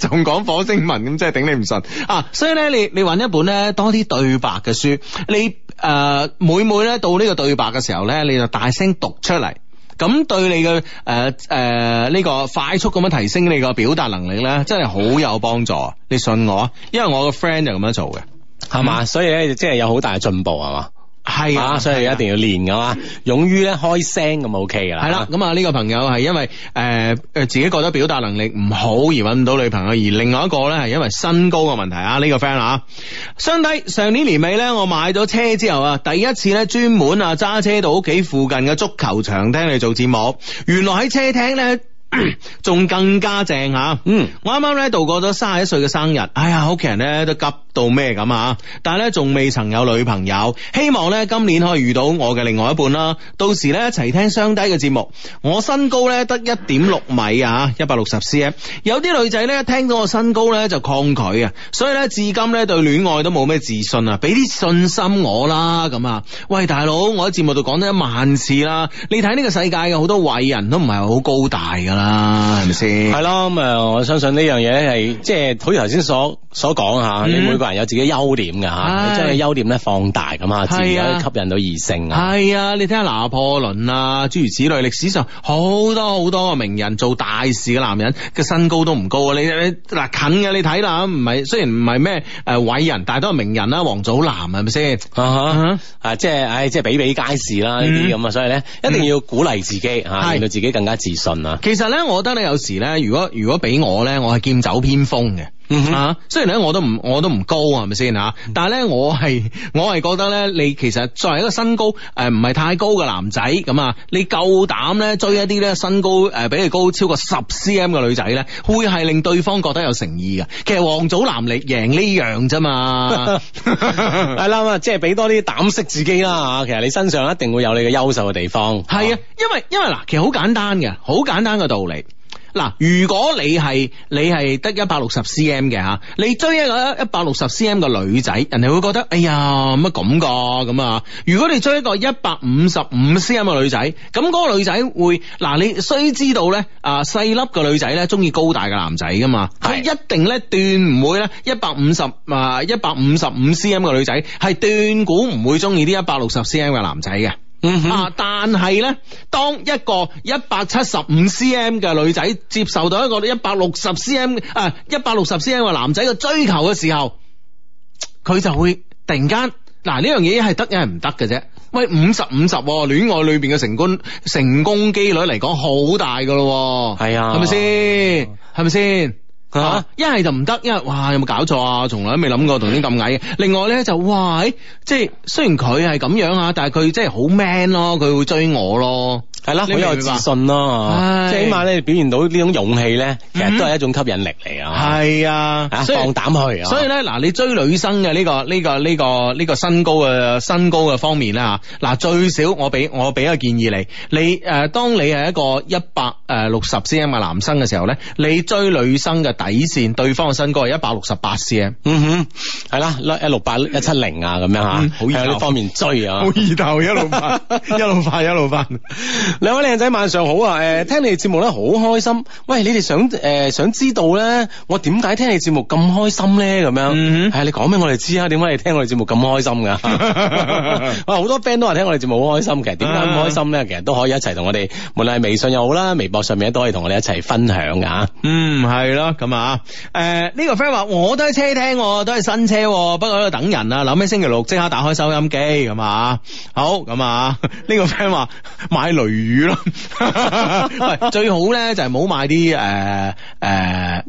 S1: 仲講火星文咁，真係頂你唔順啊！所以咧，你你揾一本咧多啲對白嘅書，你誒、呃每每咧到呢個對白嘅時候咧，你就大聲讀出嚟。咁對你嘅誒誒呢個快速咁樣提升你個表達能力咧，真係好有幫助。你信我啊，因為我個 friend 就咁樣做嘅。
S3: 係嘛，所以咧即係有好大嘅進步係嘛。
S1: 係
S3: 啊，所以一定要練噶嘛，勇於咧開聲咁 OK 噶啦。
S1: 系啦，咁啊呢個朋友係因為诶诶、呃自己覺得表達能力唔好而揾唔到女朋友，而另外一個咧係因為身高嘅問題啊。呢、個 friend 啊，相低上年年尾咧，我買咗車之後啊，第一次咧專門啊揸車到屋企附近嘅足球場聽你做節目，原來喺車廳咧。仲更加正啊吓。
S3: 嗯，
S1: 我啱啱咧度過咗三十一歲嘅生日，哎呀，屋企人咧都急到咩咁啊！但係咧仲未曾有女朋友，希望咧今年可以遇到我嘅另外一半啦。到時咧一齊聽雙低嘅節目。我身高咧得一點六米啊，一百六十 cm。有啲女仔咧聽到我身高咧就抗拒啊，所以咧至今咧對戀愛都冇咩自信啊，俾啲信心我啦咁啊！喂，大佬，我喺節目度講咗一萬次啦，你睇呢個世界嘅好多偉人都唔係好高大噶啦，係咪先？
S3: 係咯，咁啊，我相信呢樣嘢咧係即係好似頭先所所講吓，你
S1: 嗯
S3: 每個人有自己優點噶吓，
S1: 係
S3: 你將佢優點咧放大咁啊，自
S1: 係
S3: 然
S1: 啊
S3: 可以吸引到異性啊。
S1: 係啊，你睇下拿破崙啊，諸如此類，歷史上好多好多個名人做大事嘅男人嘅身高都唔高啊！你你嗱近嘅你睇啦，唔係雖然唔係咩誒偉人，但係都係名人啦，王祖藍係咪先？
S3: 啊哈
S1: 嗯
S3: 啊，即係，唉，即係比比皆是啦，呢啲咁啊，所以咧，一定要鼓勵自己吓，
S1: 係
S3: 令到自己更加自信啊。
S1: 其實咧，我覺得咧，有時咧，如果如果俾我咧，我係劍走偏鋒嘅。
S3: 嗯
S1: [LAUGHS]
S3: 哼嗯
S1: 啊，雖然咧我都唔我都唔高係咪先吓？但係咧我係我係覺得咧，你其實作為一個身高誒呃唔係太高嘅男仔咁啊，你夠膽咧追一啲咧身高誒、呃比你高超過十 cm 嘅女仔咧，會係令對方覺得有誠意嘅。其實王祖藍力贏呢樣啫
S3: [LAUGHS]
S1: 嘛，
S3: 係啦，咁啊即係俾多啲膽識自己啦吓。其實你身上一定會有你嘅優秀嘅地方。
S1: 係啊，因為因為嗱，其實好簡單嘅，好簡單嘅道理。嗱，如果你係你係得一百六十 cm 嘅吓，你追一個一百六十 cm 嘅女仔，人哋會覺得哎呀乜咁噶咁啊！如果你追一個一百五十五 cm 嘅女仔，咁嗰個女仔會嗱，你雖知道咧啊細粒嘅女仔咧中意高大嘅男仔噶嘛，佢
S3: 係
S1: 一定咧斷唔會咧一百五十啊一百五十五 cm 嘅女仔係斷估唔會中意啲一百六十 cm 嘅男仔嘅。
S3: 嗯哼，
S1: 啊！但係咧，當一個一百七十五 cm 嘅女仔接受到一個一百六十 cm 啊一百六十 cm 嘅男仔嘅追求嘅時候，佢就會突然間嗱呢樣嘢係得一係唔得嘅啫。喂，五十五十戀愛裏邊嘅成功成功機率嚟講好大噶咯喎，
S3: 係啊
S1: 係咪先？係咪先？
S3: 啊
S1: 啊！一係就唔得，一係哇有冇搞錯啊？從來都未諗過同啲咁矮嘅。另外咧就哇，誒即係雖然佢係咁樣啊，但係佢即係好 man 咯，佢會追我咯。
S3: 係啦，好
S1: 你明唔
S3: 有
S1: 明白
S3: 自信咯，
S1: 唉
S3: 即係起碼咧你表現到呢種勇氣咧，其實
S1: 嗯
S3: 都係一種吸引力嚟啊。
S1: 係啊
S3: 啊，
S1: 所以
S3: 放膽去啊！
S1: 所以咧，嗱，你追女生嘅呢、個呢、個呢、個呢、個身高嘅身高嘅方面啦嚇，嗱，最少我俾我俾個建議你，你誒、呃，當你係一個一百誒六十 cm 嘅男生嘅時候咧，你追女生嘅底線，對方嘅身高係一百六十八 cm，
S3: 嗯哼，係啦，一六八一七零啊，咁樣吓，
S1: 嗯好易
S3: 向呢
S1: 搞
S3: 方面
S1: [LAUGHS]
S3: 追啊。
S1: 意頭，一路翻，一路翻，一路翻。
S3: 兩位靚仔晚上好啊！誒、聽你哋節目咧好開心。喂，你哋想誒、想知道咧，我點解聽你節目咁開心咧？咁樣，
S1: 嗯哼
S3: 係、你講俾我哋知啊！點解你聽我哋節目咁開心噶？
S1: [LAUGHS]
S3: 哇，好多 friend 都話聽我哋節目好開心，其實點解咁開心
S1: 嗯
S3: 咧？其實都可以一齊同我哋，無論係微信又好啦，微博上面都可以同我哋一齊分享噶啊吓。
S1: 嗯，係咯，咁啊，誒、呢、個 friend 話我都喺車廳喎，都係新車喎，不過喺度等人啊，諗起星期六即刻打開收音機咁啊，好咁啊， [LAUGHS] 呢、個 friend 話買雷雨咯， [LAUGHS] 喂，最好咧就係冇買啲誒誒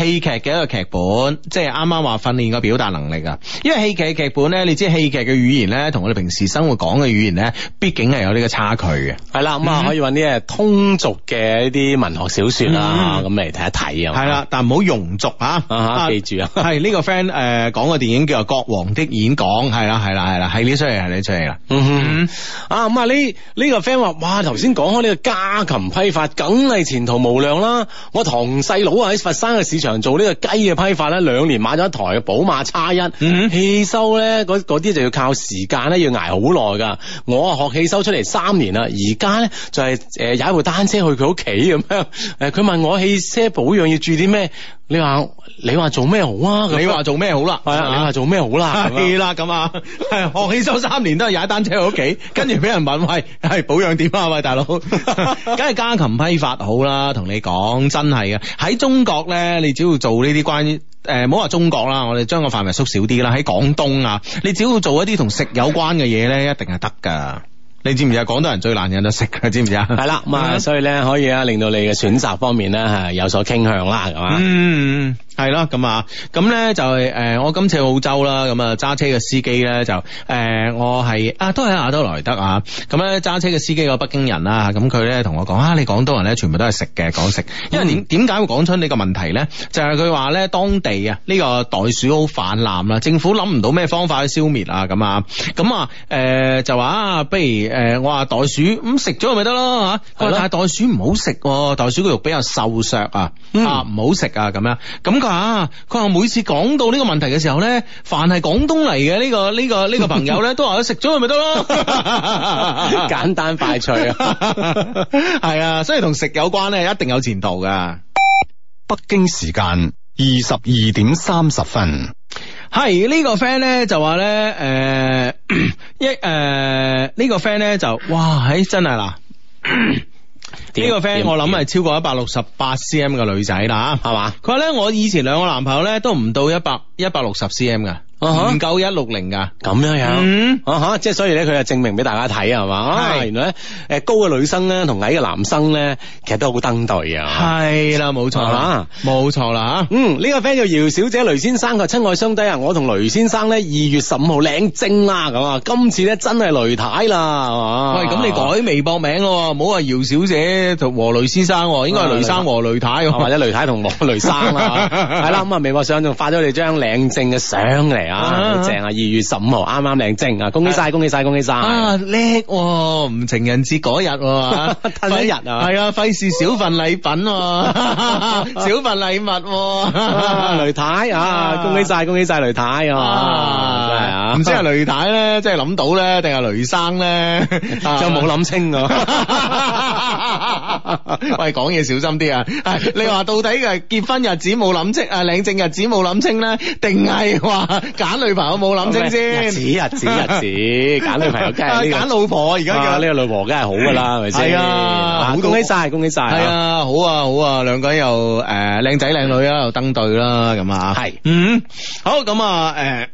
S1: 戲劇嘅一個劇本，即係啱啱話訓練個表達能力啊，因為戲劇嘅劇本咧，你知戲劇嘅語言咧，同我哋平時生活講嘅語言咧，畢竟係有呢個差距嘅。
S3: 係啦，
S1: 嗯
S3: 咁啊、可以揾啲誒通俗嘅一啲文學小說啦，
S1: 嗯
S3: 咁嚟睇一睇啊。
S1: 係啦，但唔好庸俗啊！
S3: 啊哈記住啊
S1: 係呢個 friend 誒講個電影叫做《國王的演講》，係啦係啦係啦，係呢出嚟係呢出嚟啦。
S3: 嗯哼，啊咁啊呢呢個 friend 話，哇頭先講開呢個家禽批發，梗係前途無量啦！我堂細佬啊喺佛山嘅市場做呢個雞嘅批發咧，兩年買咗一台嘅寶馬叉一，
S1: 嗯
S3: 汽修咧嗰嗰啲就要靠時間咧，要捱好耐噶。我啊學汽修出嚟三年啦，而家咧就係、誒、踩有一部單車去佢屋企咁樣， [LAUGHS] 誒、佢問我汽車保養要注意啲咩？你話你話做咩好啊？咁
S1: 你話做咩好啦？
S3: 係啊？你話做咩好啦？咁樣
S1: 係啦咁啊，係學起手三年都係踩單車喺屋企，跟住俾人問喂，係保養點啊？喂，大佬，梗係家禽批發好啦，同你講真係嘅。喺中國咧，你只要做呢啲關於。誒，唔好話中國啦，我哋將個範圍縮小啲啦。喺廣東啊，你只要做一啲同食有關嘅嘢咧，一定係得㗎。你知唔知啊？廣東人最難忍就食嘅，知唔知啊？ [LAUGHS]
S3: 系啦，咁啊，
S1: 嗯
S3: 所以咧可以啊，令到你嘅選擇方面咧系有所傾向啦，咁啊，
S1: 嗯，系啦，咁啊，咁咧就係诶，我今次去澳洲啦，咁啊揸車嘅司機咧就诶，我係啊都喺亞洲萊德啊，咁咧揸車嘅司機個北京人啦，咁佢咧同我講啊，你廣東人咧全部都係食嘅，講食，因為點點解會講出呢個問題咧？就係佢話咧當地啊呢個袋鼠好泛濫啦，政府諗唔到咩方法去消滅啊，咁啊，咁啊诶就話啊，不如诶我話袋鼠咁食咗咪得咯吓，佢話
S3: 係咯
S1: 但係啊袋鼠唔好食喎，袋鼠個肉比較瘦削啊，
S3: 嗯
S1: 啊唔好食啊咁樣。咁佢話啊，佢話每次講到呢個問題嘅時候咧，凡係廣東嚟嘅呢個呢、個呢、個朋友
S3: [LAUGHS]
S1: 咧，都話食咗佢咪得咯，
S3: [LAUGHS] 簡單快
S1: [LAUGHS]
S3: 脆啊，
S1: 係啊，所以同食有關咧，一定有前途噶。
S4: 北京時間二十二點三十分，
S1: 係呢、個 friend 咧就話咧，诶、一诶、誒呢、個 friend 咧就哇，喺真係嗱。呢
S3: 點
S1: 個 friend
S3: 點
S1: 我諗係超過一百六十八 cm 嘅女仔啦吓，
S3: 係嘛
S1: 佢話咧我以前兩個男朋友咧都唔到一百一百六十 cm 噶，
S3: 哈
S1: 唔夠一六零噶。
S3: 咁樣樣。
S1: 嗯
S3: 啊哈！即係所以咧，佢就證明俾大家睇啊，係嘛？啊，
S1: 係
S3: 原來咧，誒高嘅女生咧同矮嘅男生咧，其實都好登對啊。
S1: 係啦，冇錯啦
S3: 啊，
S1: 冇錯啦
S3: 嗯，呢、個 friend 叫姚小姐，雷先生佢話親愛相低啊！我同雷先生咧二月十五號領證啦，咁啊，今次咧真係雷太啦，係
S1: 吓。
S3: 嘛？
S1: 喂，咁你改微博名咯，唔好話姚小姐同和雷先生喎，應該係雷生和雷太喎。
S3: 啊或者雷
S1: [LAUGHS]
S3: 太同我雷生啦，係啦，咁啊，微博上仲發咗你張領證嘅相嚟啊，
S1: 啊
S3: 正啊！二月十五號啱啱領證啊，恭喜晒，恭喜晒，恭喜晒！
S1: 啊叻喎，唔情人節嗰日
S3: [LAUGHS]
S1: 喎，
S3: 褪一日啊
S1: 係啊，費事少份禮品
S3: [LAUGHS]
S1: 喎，少份禮物
S3: 啊
S1: 喎，
S3: 雷太啊，
S1: 啊
S3: 恭喜晒，恭喜晒，雷太啊！真係啊，
S1: 唔知係雷太咧，即係諗到咧，定係雷生咧，
S3: [LAUGHS] 就冇。諗
S1: [LAUGHS]
S3: 清 [LAUGHS] 啊。
S1: 喂，講嘢小心啲啊！ [LAUGHS] 係你話到底係結婚日子冇諗清啊，領證日子冇諗清咧，定係話揀女朋友冇諗清先？
S3: 日子日
S1: [LAUGHS]
S3: 子日子，揀女朋友梗係呢個
S1: 啊揀老婆而家
S3: 啊
S1: 叫
S3: 呢個女王梗係好噶啦，係咪先？
S1: 係啊好到
S3: 恭喜晒，恭喜晒！
S1: 係，啊，好啊，好啊，兩個人又诶靓仔靚女啦，又登對啦，咁啊，
S3: 係
S1: 嗯，好咁啊，诶、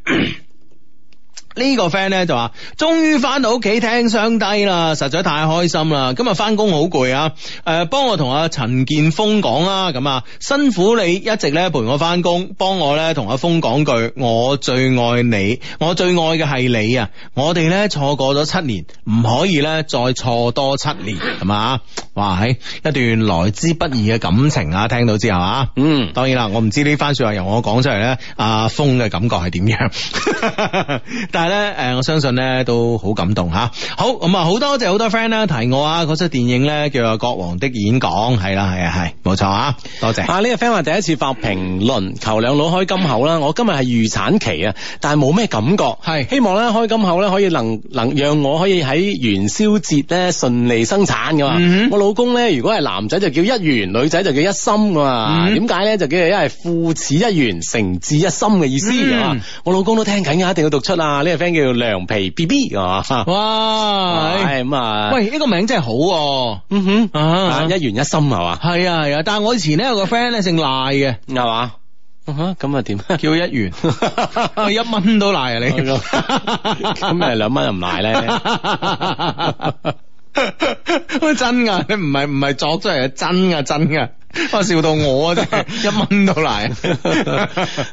S1: 呢個 friend 咧就話：，終於翻到屋企聽雙低啦，實在太開心啦！今日翻工好攰啊，誒、幫我同阿陳建峰講啦，咁啊，辛苦你一直咧陪我翻工，幫我咧同阿峰講句，我最愛你，我最愛嘅係你啊！我哋咧錯過咗七年，唔可以咧再錯多七年，係嘛？啊哇，喺一段來之不易嘅感情啊，聽到之後啊，
S3: 嗯，
S1: 當然啦，我唔知呢番说話由我講出嚟咧，阿峰嘅感覺係點樣？ [LAUGHS] 但係咧，诶，我相信咧都好感動吓。好咁啊，好多謝好多 friend 啦提我啊，嗰出電影咧叫《國王的演講》，係啦，係啊，係，冇錯啊，多謝。
S3: 啊呢個 friend 話第一次發評論，求兩老開金口啦！我今日係預產期啊，但係冇咩感覺，
S1: 係
S3: 希望咧開金口咧可以能能讓我可以喺元宵節咧順利生產噶嘛。
S1: 嗯哼
S3: 我老公咧如果係男仔就叫一元，女仔就叫一心噶嘛。
S1: 嗯
S3: 點解咧就叫因為父子一元，成至一心嘅意思㗎嘛
S1: 嗯
S3: 我老公都聽緊㗎，一定要讀出啊！呢個 friend 叫涼皮 B B 係嘛？
S1: 哇，係
S3: 係咁啊！
S1: 喂，呢個名真係好喎
S3: 嗯哼，啊
S1: 啊！
S3: 一元一心係嘛，
S1: 係啊係啊，但係我以前咧有個 friend 咧姓賴
S3: [LAUGHS]
S1: 嘅，
S3: 係嘛，嗯哼咁 [LAUGHS] 啊點？
S1: 叫一 [LAUGHS] 元，一蚊都賴啊你，
S3: [LAUGHS] 咁咪兩蚊又唔賴咧？
S1: [LAUGHS] 喂真噶，你唔係唔係作出嚟嘅，真噶真噶，我笑到我
S3: [LAUGHS]
S1: 啊真係一蚊都嚟。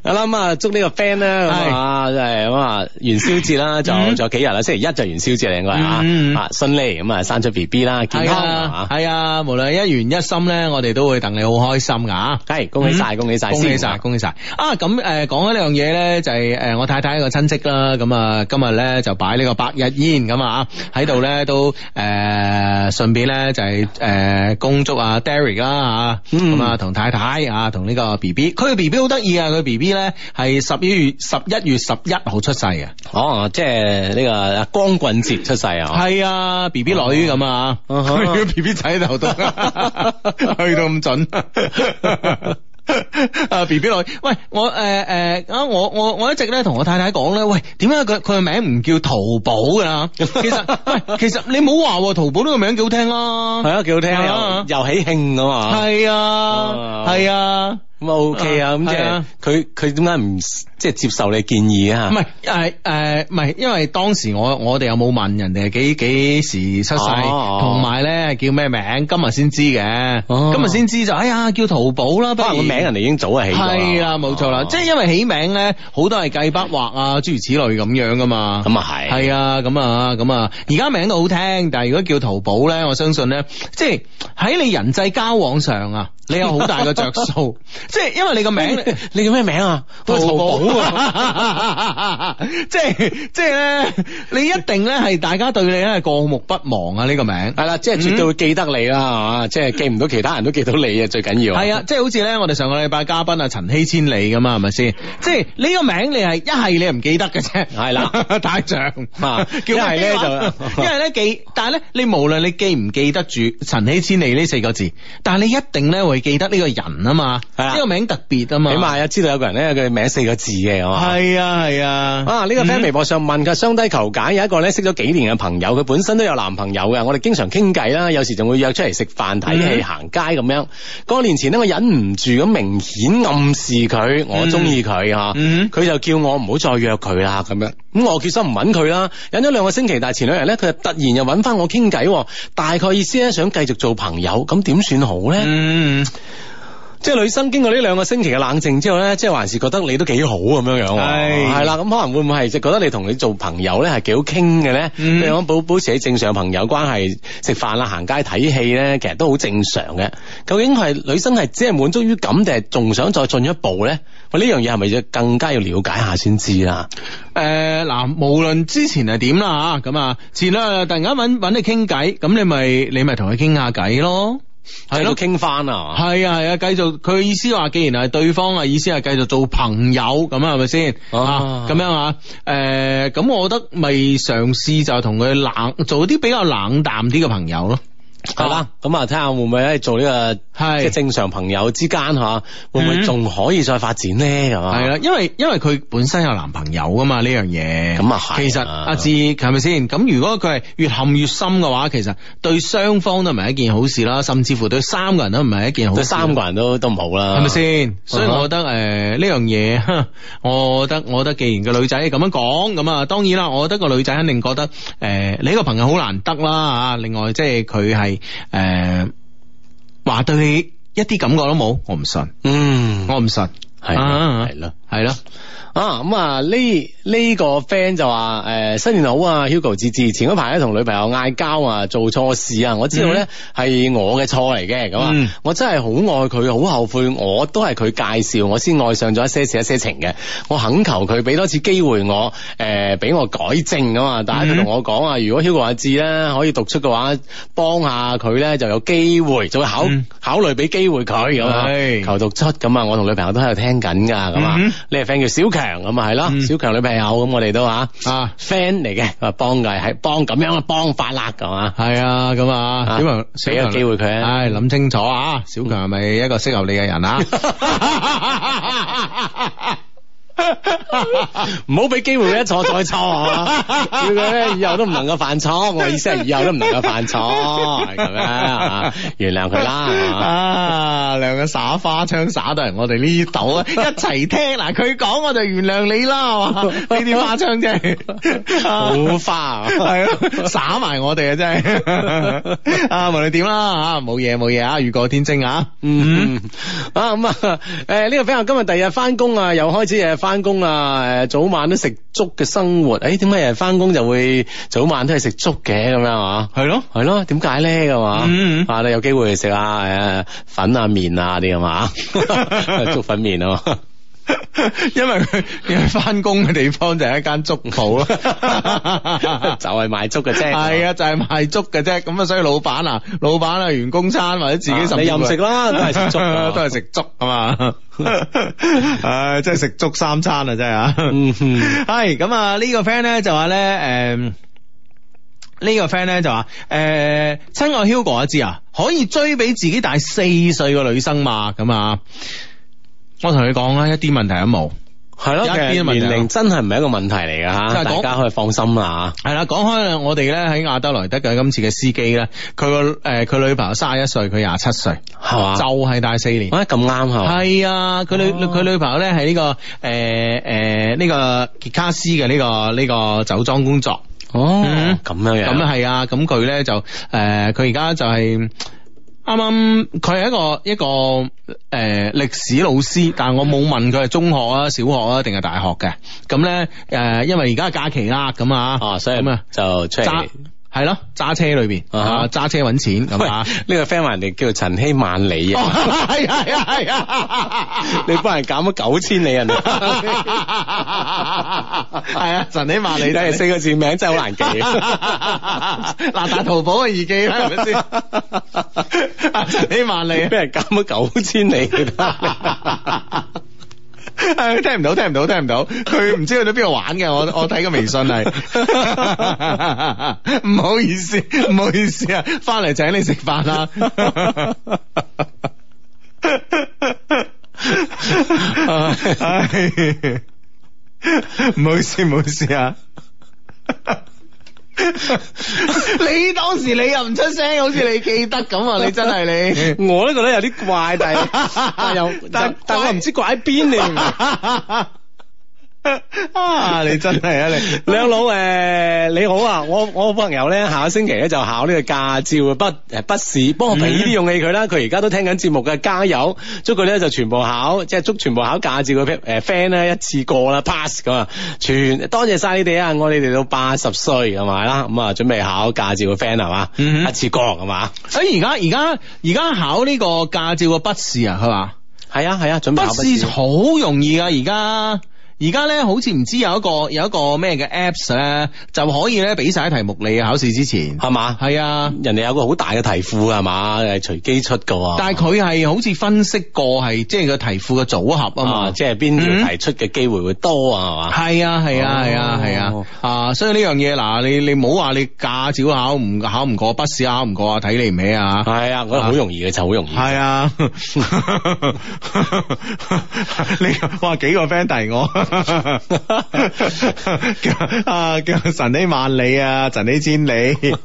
S3: 好啦，咁啊，祝呢個 friend 咧咁啊，即係咁啊，元宵節啦，就仲
S1: 嗯
S3: 有幾日啦，星期一就元宵節啦，應該
S1: 嗯嗯
S3: 啊，啊順利咁啊，生出 B B 啦，健
S1: 係
S3: 康
S1: 啊，
S3: 啊，
S1: 係啊，無論一元一心咧，我哋都會戥你好開心噶啊
S3: 係恭喜晒，
S1: 嗯
S3: 恭喜晒，
S1: 恭喜晒，恭喜晒！啊，咁诶，讲開呢樣嘢咧，就係呃诶，我太太個親戚啦，咁啊，今日咧就擺呢個百日宴咁啊，喺度咧都诶，順便咧就係诶，恭祝啊 Derek 啦吓，
S3: 嗯
S1: 咁啊，同太太啊，同呢個 B B，佢嘅 B B 好得意啊，佢 B B 咧係十一月十一月十一號出世嘅，
S3: 哦，即係呢個光棍節出世啊，
S1: 係啊，B B 女咁啊，[LAUGHS]
S3: 啊哈
S1: 佢 B B 仔
S3: [LAUGHS]
S1: 頭度去到咁準。 [LAUGHS] 啊 B B 女，喂，我诶诶啊，我我我一直咧同我太太講咧，喂，點解佢佢嘅名唔叫淘寶噶啦？其
S3: [LAUGHS]
S1: 實喂，其實你唔好話喎，淘寶呢個名幾好聽
S3: 係
S1: 啦，
S3: 啊，幾好聽，
S1: 啊
S3: 又又喜慶啊嘛，
S1: 係啊，係啊。
S3: 咁啊 OK 啊，
S1: 係啊
S3: 咁即係佢佢點解唔即係接受你建議啊？
S1: 唔係誒誒，唔係，因為當時我我哋有冇問人哋幾幾時出世，
S3: 哦
S1: 同埋咧叫咩名，今日先知嘅，
S3: 哦
S1: 今日先知就哎呀叫淘寶啦，不
S3: 可能
S1: 如
S3: 個名人哋已經早係起咗啊哦
S1: 係啦，冇錯啦，即係因為起名咧，好多係計筆畫啊，諸如此類咁樣噶嘛。
S3: 咁啊係
S1: 係啊，咁啊，咁啊，而家名都好聽，但係如果叫淘寶咧，我相信咧，即係喺你人際交往上啊，你有好大嘅着
S3: [LAUGHS]
S1: 數，即係因為你個名。
S3: 你叫咩名啊？
S1: 淘
S3: 喂
S1: 寶
S3: 寶
S1: 啊， [LAUGHS] 即係即係咧，你一定咧係大家對你咧係過目不忘啊！呢、個名
S3: [LAUGHS] 係啦，即係絕對會記得你啦，係嘛？即係記唔到其他人都記到嗯你啊，最緊要
S1: 係啊，即係好似咧，我哋上個禮拜嘉賓啊陳希千里咁啊，係咪先？即係呢個名你係一係你唔記得嘅啫，
S3: 係啦，
S1: [LAUGHS] 太長
S3: 啊
S1: [LAUGHS] 叫咩
S3: 一係咧
S1: 名啊
S3: 就
S1: 一係咧記，但係咧你無論你記唔記得住陳希千里呢四個字，但係你一定咧會記得呢個人啊嘛，
S3: 係啊
S1: 呢個名特別啊嘛，
S3: 起碼知道有個人咧，佢名四個字嘅，係嘛？
S1: 係啊係啊，
S3: 啊！呢、個 friend 微博上問佢雙低求解，有一個咧識咗幾年嘅朋友，佢本身都有男朋友嘅，我哋經常傾偈啦，有時仲會約出嚟食飯、睇戲、
S1: 嗯
S3: 行街咁樣。過年前呢，我忍唔住咁明顯暗示佢，我中意佢啊嚇，佢、
S1: 嗯
S3: 就叫我唔好再約佢啦咁樣。咁我決心唔揾佢啦，忍咗兩個星期，但係前兩日咧，佢就突然又揾翻我傾偈喎，大概意思咧想繼續做朋友，咁點算好咧？
S1: 嗯。
S3: 即係女生經過呢兩個星期嘅冷靜之後咧，即係還是覺得你都幾好咁樣樣喎，
S1: 係
S3: 係啦，咁可能會唔會係就覺得你同你做朋友咧係幾好傾嘅咧？
S1: 嗯
S3: 你講保保持喺正常朋友關係，食飯啦、行街睇戲咧，其實都好正常嘅。究竟係女生係只係滿足於咁，定係仲想再進一步咧？喂，呢樣嘢係咪要更加要了解下先知啦？
S1: 誒呃嗱、無論之前係點啦嚇，咁啊前兩日突然間揾揾你傾偈，咁你咪你咪同佢傾下偈咯，係咯
S3: 都。傾翻啊！
S1: 係啊係啊，繼續佢意思話，既然係對方啊，意思係繼續做朋友咁啊，係咪先
S3: 啊
S1: 啊？咁樣啊？誒，咁我覺得咪嘗試就同佢冷做啲比較冷淡啲嘅朋友咯，
S3: 係啦，咁啊睇下會唔會咧做呢、個。即係
S1: 係。
S3: 正常朋友之間嚇，會唔會
S1: 嗯
S3: 仲可以再發展咧？咁啊，
S1: 係啦，因為因為佢本身有男朋友噶嘛呢樣嘢，
S3: 咁啊係啊
S1: 其實阿志係咪先？咁如果佢係越陷越深嘅話，其實對雙方都唔係一件好事啦，甚至乎對三個人都唔係一件好事。啊
S3: 對三個人啊都都唔好啦，
S1: 係咪？先？所以我覺得誒呢樣嘢， [LAUGHS] 哼我覺得我覺得既然個女仔咁樣講，咁啊當然啦，我覺得個女仔肯定覺得誒、呃你個朋友好難得啦嚇。啊另外即係佢係誒話對你一啲感覺都冇，我唔信，
S3: 嗯，
S1: 我唔信，
S3: 係
S1: 啊
S3: 咯係咯。
S1: 係咯。
S3: 啊咁啊呢呢個 friend 就話誒、新年好啊，Hugo 志志，前嗰排咧同女朋友嗌交啊，做錯事啊，我知道咧係我嘅錯嚟嘅，咁啊、
S1: 嗯
S3: 我真係好愛佢，好後悔，我都係佢介紹我先愛上咗一些事一些情嘅，我懇求佢俾多次機會我，誒、俾我改正啊嘛，但係佢同我講啊，如果 Hugo 阿志咧可以讀出嘅話，幫下佢咧就有機會，就會考、
S1: 嗯
S3: 考慮俾機會佢咁啊，
S1: 係
S3: 求讀出咁啊，我同女朋友都喺度聽緊㗎咁啊。
S1: 嗯哼
S3: 呢個 friend 叫小強咁啊，係啦
S1: 嗯，
S3: 小強女朋友咁，我哋都吓
S1: 啊
S3: friend 嚟嘅，啊幫嘅係幫咁樣啦，幫法啦
S1: [LAUGHS]
S3: 咁啊，
S1: 係啊，咁啊，
S3: 啊
S1: 小強，小
S3: 俾個
S1: 強
S3: 機會佢啊
S1: 唉，諗清楚啊，小強係咪一個適合你嘅人啊？
S3: 唔好俾機會佢一錯再錯啊！叫佢咧以後都唔能夠犯錯，我意思係以後都唔能夠犯錯，係咁樣啊，原諒佢啦。係嘛
S1: [LAUGHS] 啊，兩個耍花槍耍到嚟我哋呢度啊，一齊聽 [LAUGHS] 嗱，佢講我就原諒你啦，係嘛？呢啲花槍真 [LAUGHS] 係
S3: 好
S1: 啊
S3: 花啊！
S1: 係咯，耍埋我哋啊，真 [LAUGHS] 係啊，無論點啦吓，冇嘢冇嘢啊，雨過天晴啊，
S3: 嗯啊咁啊，誒呢個 friend 話今日第二日翻工啊，又開始日日翻工啦，誒早晚都食粥嘅生活，誒點解日日翻工就會早晚都係食粥嘅咁樣啊？
S1: 係咯，
S3: 係咯，點解咧咁啊
S1: 嗯？
S3: 啊，你有機會食下誒粉啊麵啊啲咁
S1: [LAUGHS]
S3: 啊，粥粉麵啊。
S1: [LAUGHS] 因為佢因為翻工嘅地方就係一間粥鋪 [LAUGHS] 啦。
S3: [LAUGHS] 就係賣粥嘅啫，
S1: 啊係啊，就係賣粥嘅啫，咁啊，所以老闆啊，老闆啊，員工餐或者自己甚至
S3: 啊你任食啦
S1: 乎
S3: 都係食粥啊
S1: [LAUGHS] 都係食粥啊嘛， [LAUGHS] 唉，真係食粥三餐啊，真係啊，
S3: 嗯哼
S1: 係咁啊，呢個 friend 咧就話咧，誒。呢個 friend 咧就話：誒、親愛 Hugo 阿志啊，可以追比自己大啊四歲嘅女生嘛？咁啊，我同你講啦，一啲問題都冇。
S3: 係係咯，
S1: 有一
S3: 其
S1: 邊嘅
S3: 實
S1: 問題
S3: 年
S1: 咯
S3: 齡真係唔係一個問題嚟㗎
S1: 就係
S3: 吓，大
S1: 講
S3: 家可以放心啦
S1: 系啦，講開啦，我哋咧喺亞德萊德嘅今次嘅司機咧，佢個诶佢女朋友三十一歲，佢廿七歲，
S3: 吓，係嘛？哦
S1: 就係大四年。
S3: 啊咁啱係嘛？
S1: 係啊，佢女佢女朋友咧喺呢個诶诶呢個傑卡斯嘅呢個呢個酒莊工作。
S3: 哦
S1: 嗯，
S3: 咁樣樣，
S1: 咁係啊，咁佢咧就诶，佢而家就係啱啱佢係一個一個誒歷史老師，但係我冇問佢係中學啊、小學啊定係大學嘅。咁咧誒，因為而家假期啦，咁
S3: [LAUGHS]
S1: 啊，
S3: 啊，所以
S1: 咁啊
S3: 就出
S1: 揸
S3: 嚟。
S1: 係咯，揸車裏邊
S3: 啊哈
S1: 啊，揸車揾錢咁
S3: 喂，
S1: 啊
S3: [LAUGHS] 呢。個 friend 話人哋叫陳希萬里
S1: 哦
S3: [LAUGHS] 啊，
S1: 係啊係啊係啊！
S3: 你幫人減咗九千里人啊哋，
S1: [LAUGHS] 係啊，神起萬
S3: 你
S1: 你
S3: 睇
S1: 真
S3: 係
S1: 係
S3: 四個字名真係好難記。啊
S1: [LAUGHS] 嗱，但淘寶嘅二記啦，係咪先？
S3: [LAUGHS]
S1: 啊陳希萬里
S3: 俾人減咗九千里，
S1: 啊！ [LAUGHS] 唉，聽唔到，聽唔到，聽唔到。佢唔知去到邊度玩嘅，我我睇個微信係。 [LAUGHS] 唔好意思，唔好意思啊，翻嚟請你食飯啦。 [LAUGHS] 唉唔好意思，唔好意思啊。 [LAUGHS] 你當時你又唔出聲，好似你記得咁啊！你真係你。
S3: [LAUGHS] 我都覺得有啲怪，但
S1: [LAUGHS]
S3: 係又
S1: 但
S3: 但但我唔知怪喺邊你明唔明。
S1: [LAUGHS] 啊！你真係啊你，
S3: 兩老誒、你好啊！我我朋友咧下個星期咧就考呢個駕照嘅筆誒筆試，幫我俾啲勇氣佢
S1: 嗯
S3: 啦。佢而家都聽緊節目嘅，加油！祝佢咧就全部考，即係祝全部考駕照嘅誒 friend 咧一次過啦 pass 咁啊！全多謝晒你哋啊！我哋嚟到八十歲係咪啦？咁啊，準備考駕照嘅 friend 係嘛？
S1: 嗯哼
S3: 一次過係嘛？
S1: [LAUGHS] 誒而家而家而家考呢個駕照嘅筆試啊，係嘛？
S3: 係啊係啊，準備
S1: 筆
S3: 考筆
S1: 試
S3: 試。
S1: 好容易啊，而家。而家咧，好似唔知有一個有一個咩嘅 apps 咧，就可以咧俾晒題目你啊，考試之前
S3: 係嘛？
S1: 係啊，
S3: 人哋有個好大嘅題庫啊係嘛？係隨機出嘅喎。
S1: 但係佢係好似分析過係即係個題庫嘅組合啊嘛
S3: 啊，，即係邊條題出嘅機會會多啊？係嘛？
S1: 係啊係啊係啊係啊
S3: 哦
S1: 啊！所以呢樣嘢嗱，你你唔好話你駕照考唔考唔過，筆試考唔過啊，睇你唔起啊！
S3: 系啊，我覺得好容易嘅就好容易。
S1: 係 [LAUGHS] 啊，你哇幾個 friend 提我， [LAUGHS] 叫啊叫神呢萬里啊，神呢千里，
S3: 呢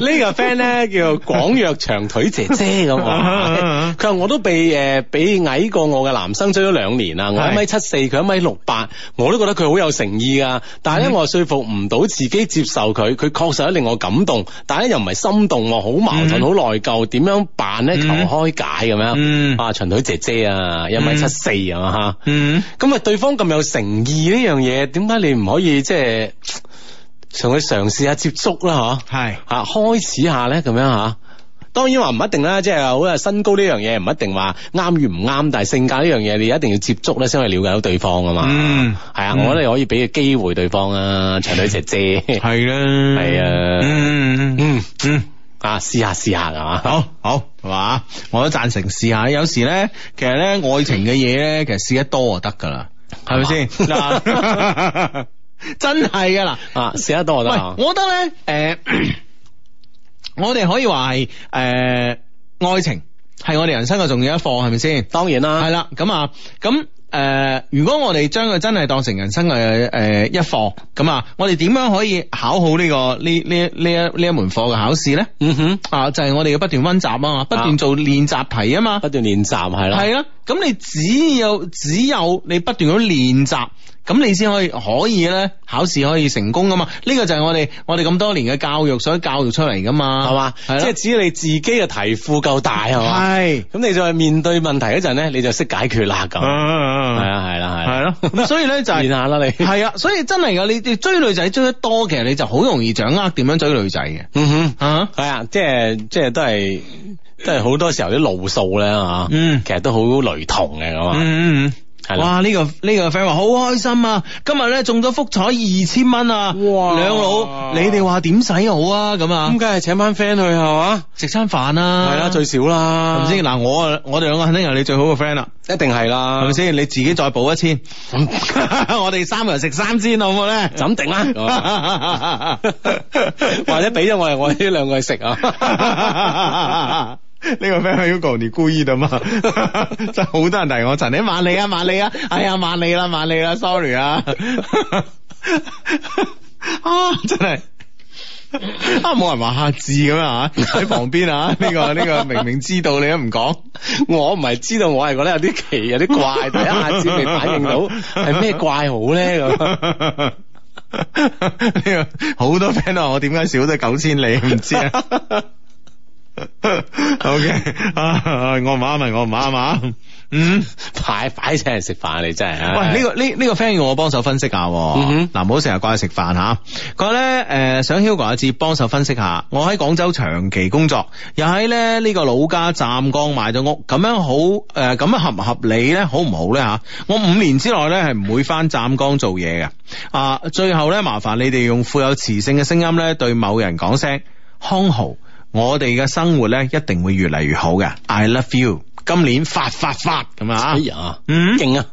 S3: 個 friend 咧叫廣藥長腿姐姐咁啊，佢話我都被诶俾矮過我嘅男生追咗兩年啦，我一米七四，佢一米六八，我都覺得佢好有誠意噶，
S1: 嗯
S3: 但係咧我說服唔到自己接受佢，佢確實令我感動，但係咧又唔係心動喎，好矛盾，
S1: 嗯
S3: 好內疚，點樣辦咧？求
S1: 嗯
S3: 開解咁樣。
S1: [LAUGHS] 嗯
S3: 啊，長腿姐姐啊，一米七四啊嘛吓。
S1: 嗯。
S3: 咁啊，對方咁有誠意呢樣嘢，點解你唔可以即係同佢嘗試下接觸啦？
S1: 係
S3: 吓吓啊開始下咧，咁樣吓。當然話唔一定啦，即係好啊，身高呢樣嘢唔一定話啱與唔啱，但係性格呢樣嘢你一定要接觸咧，先可以了解到對方啊嘛。
S1: 嗯
S3: 係啊，我覺得你可以俾個機會對方啊，長腿姐姐。
S1: 係啦，
S3: 係啊
S1: 嗯嗯
S3: 嗯
S1: 嗯。
S3: 啊，試下試下係嘛。
S1: 好好係嘛，我都贊成試下。有時咧，其實咧愛情嘅嘢咧，其實試得多就得噶啦，係咪先？ [LAUGHS] 嗱，真係噶嗱。
S3: 啊，試得多就得啊
S1: 喂，我覺得咧，诶、 [CLEARS THROAT] 我哋可以話係诶愛情係我哋人生嘅重要一課，係咪先？
S3: 當然啦
S1: 係。啦，咁啊，咁。誒、如果我哋將佢真係當成人生嘅誒、一課，咁啊，我哋點樣可以考好呢、個呢呢呢一呢一門課嘅考試咧？
S3: 嗯哼，
S1: 啊，就係我哋要不斷温習啊嘛，不斷做練習題啊嘛，
S3: 不斷練習係啦。
S1: 係啦。咁你只有只有你不斷咁練習，咁你先可以可以咧考試可以成功噶嘛。呢個就係我哋我哋咁多年嘅教育所教育出嚟噶嘛，
S3: 係嘛？
S1: 啊係
S3: 即係
S1: 啦，
S3: 只要你自己嘅題庫夠大係嘛？
S1: 係
S3: 咁你再面對問題嗰陣咧，你就識解決啦咁。係
S1: 啊，
S3: 啊，係啦，係
S1: 係
S3: 啦
S1: 咯。咁所以咧就
S3: 練
S1: 係
S3: [LAUGHS] 下啦你。
S1: 係啊，所以真係噶，你你追女仔追得多，其實你就好容易掌握點樣追女仔嘅
S3: 嗯哼，
S1: 啊。
S3: 係啊，即係即係都係都係好多時候啲路數咧嚇，
S1: 嗯
S3: 其實都好雷同嘅咁啊。
S1: 嗯嗯
S3: 係
S1: 嗯，
S3: 啦
S1: 哇！呢、個呢、個 friend 話好開心啊，今日咧中咗福彩二千蚊啊！
S3: 哇
S1: 兩老你哋話點使好啊？咁啊
S3: 咁，梗係請班 friend 去係嘛？
S1: 食餐飯啊，
S3: 係啦，最少
S1: 係
S3: 啦
S1: 咪，先？嗱，我啊，我哋兩個肯定係你最好嘅 friend 啦，
S3: 一定係啦，
S1: 係咪？先？你自己再補一千， [LAUGHS] 我哋三個人食三千好唔好咧？
S3: 怎定啦？ [LAUGHS] 或者俾咗我哋，我哋呢兩個去食啊！
S1: [LAUGHS]
S3: [LAUGHS]
S1: 呢個 friend Hugo 你故意的嘛？ [LAUGHS] 真係好多人提我陳，你萬里啊萬里啊，哎呀萬里啦萬里啦，sorry 啊， [LAUGHS] 啊真係。
S3: [LAUGHS]
S1: 啊！冇人話客字咁啊，喺旁邊啊，呢、個呢、個明明知道你都唔講，
S3: 我唔係知道，我係覺得有啲奇，有啲怪，但一下子未反應到係咩怪好咧咁。
S1: 呢個好多 friend 話我點解少咗九千里唔知啊。O K，啊，我唔啱咪我唔啱啊。嗯，
S3: 快快請人食飯啊你真係啊！
S1: 喂，呢、個呢呢、個 friend 要我幫手分析下喎，嗱、
S3: 嗯哼
S1: 唔好成日掛佢食飯吓。佢話咧誒，想 Hugo 阿志幫手分析下，我喺廣州長期工作，又喺咧呢個老家湛江買咗屋，咁樣好誒，咁、樣合唔合理咧？好唔好咧吓？我五年之內咧係唔會翻湛江做嘢嘅。啊，最後咧麻煩你哋用富有磁性嘅聲音咧對某人講聲康豪，我哋嘅生活咧一定會越嚟越好嘅。I love you，今年發發發咁啊
S3: 哎！呀，
S1: 嗯
S3: 勁啊！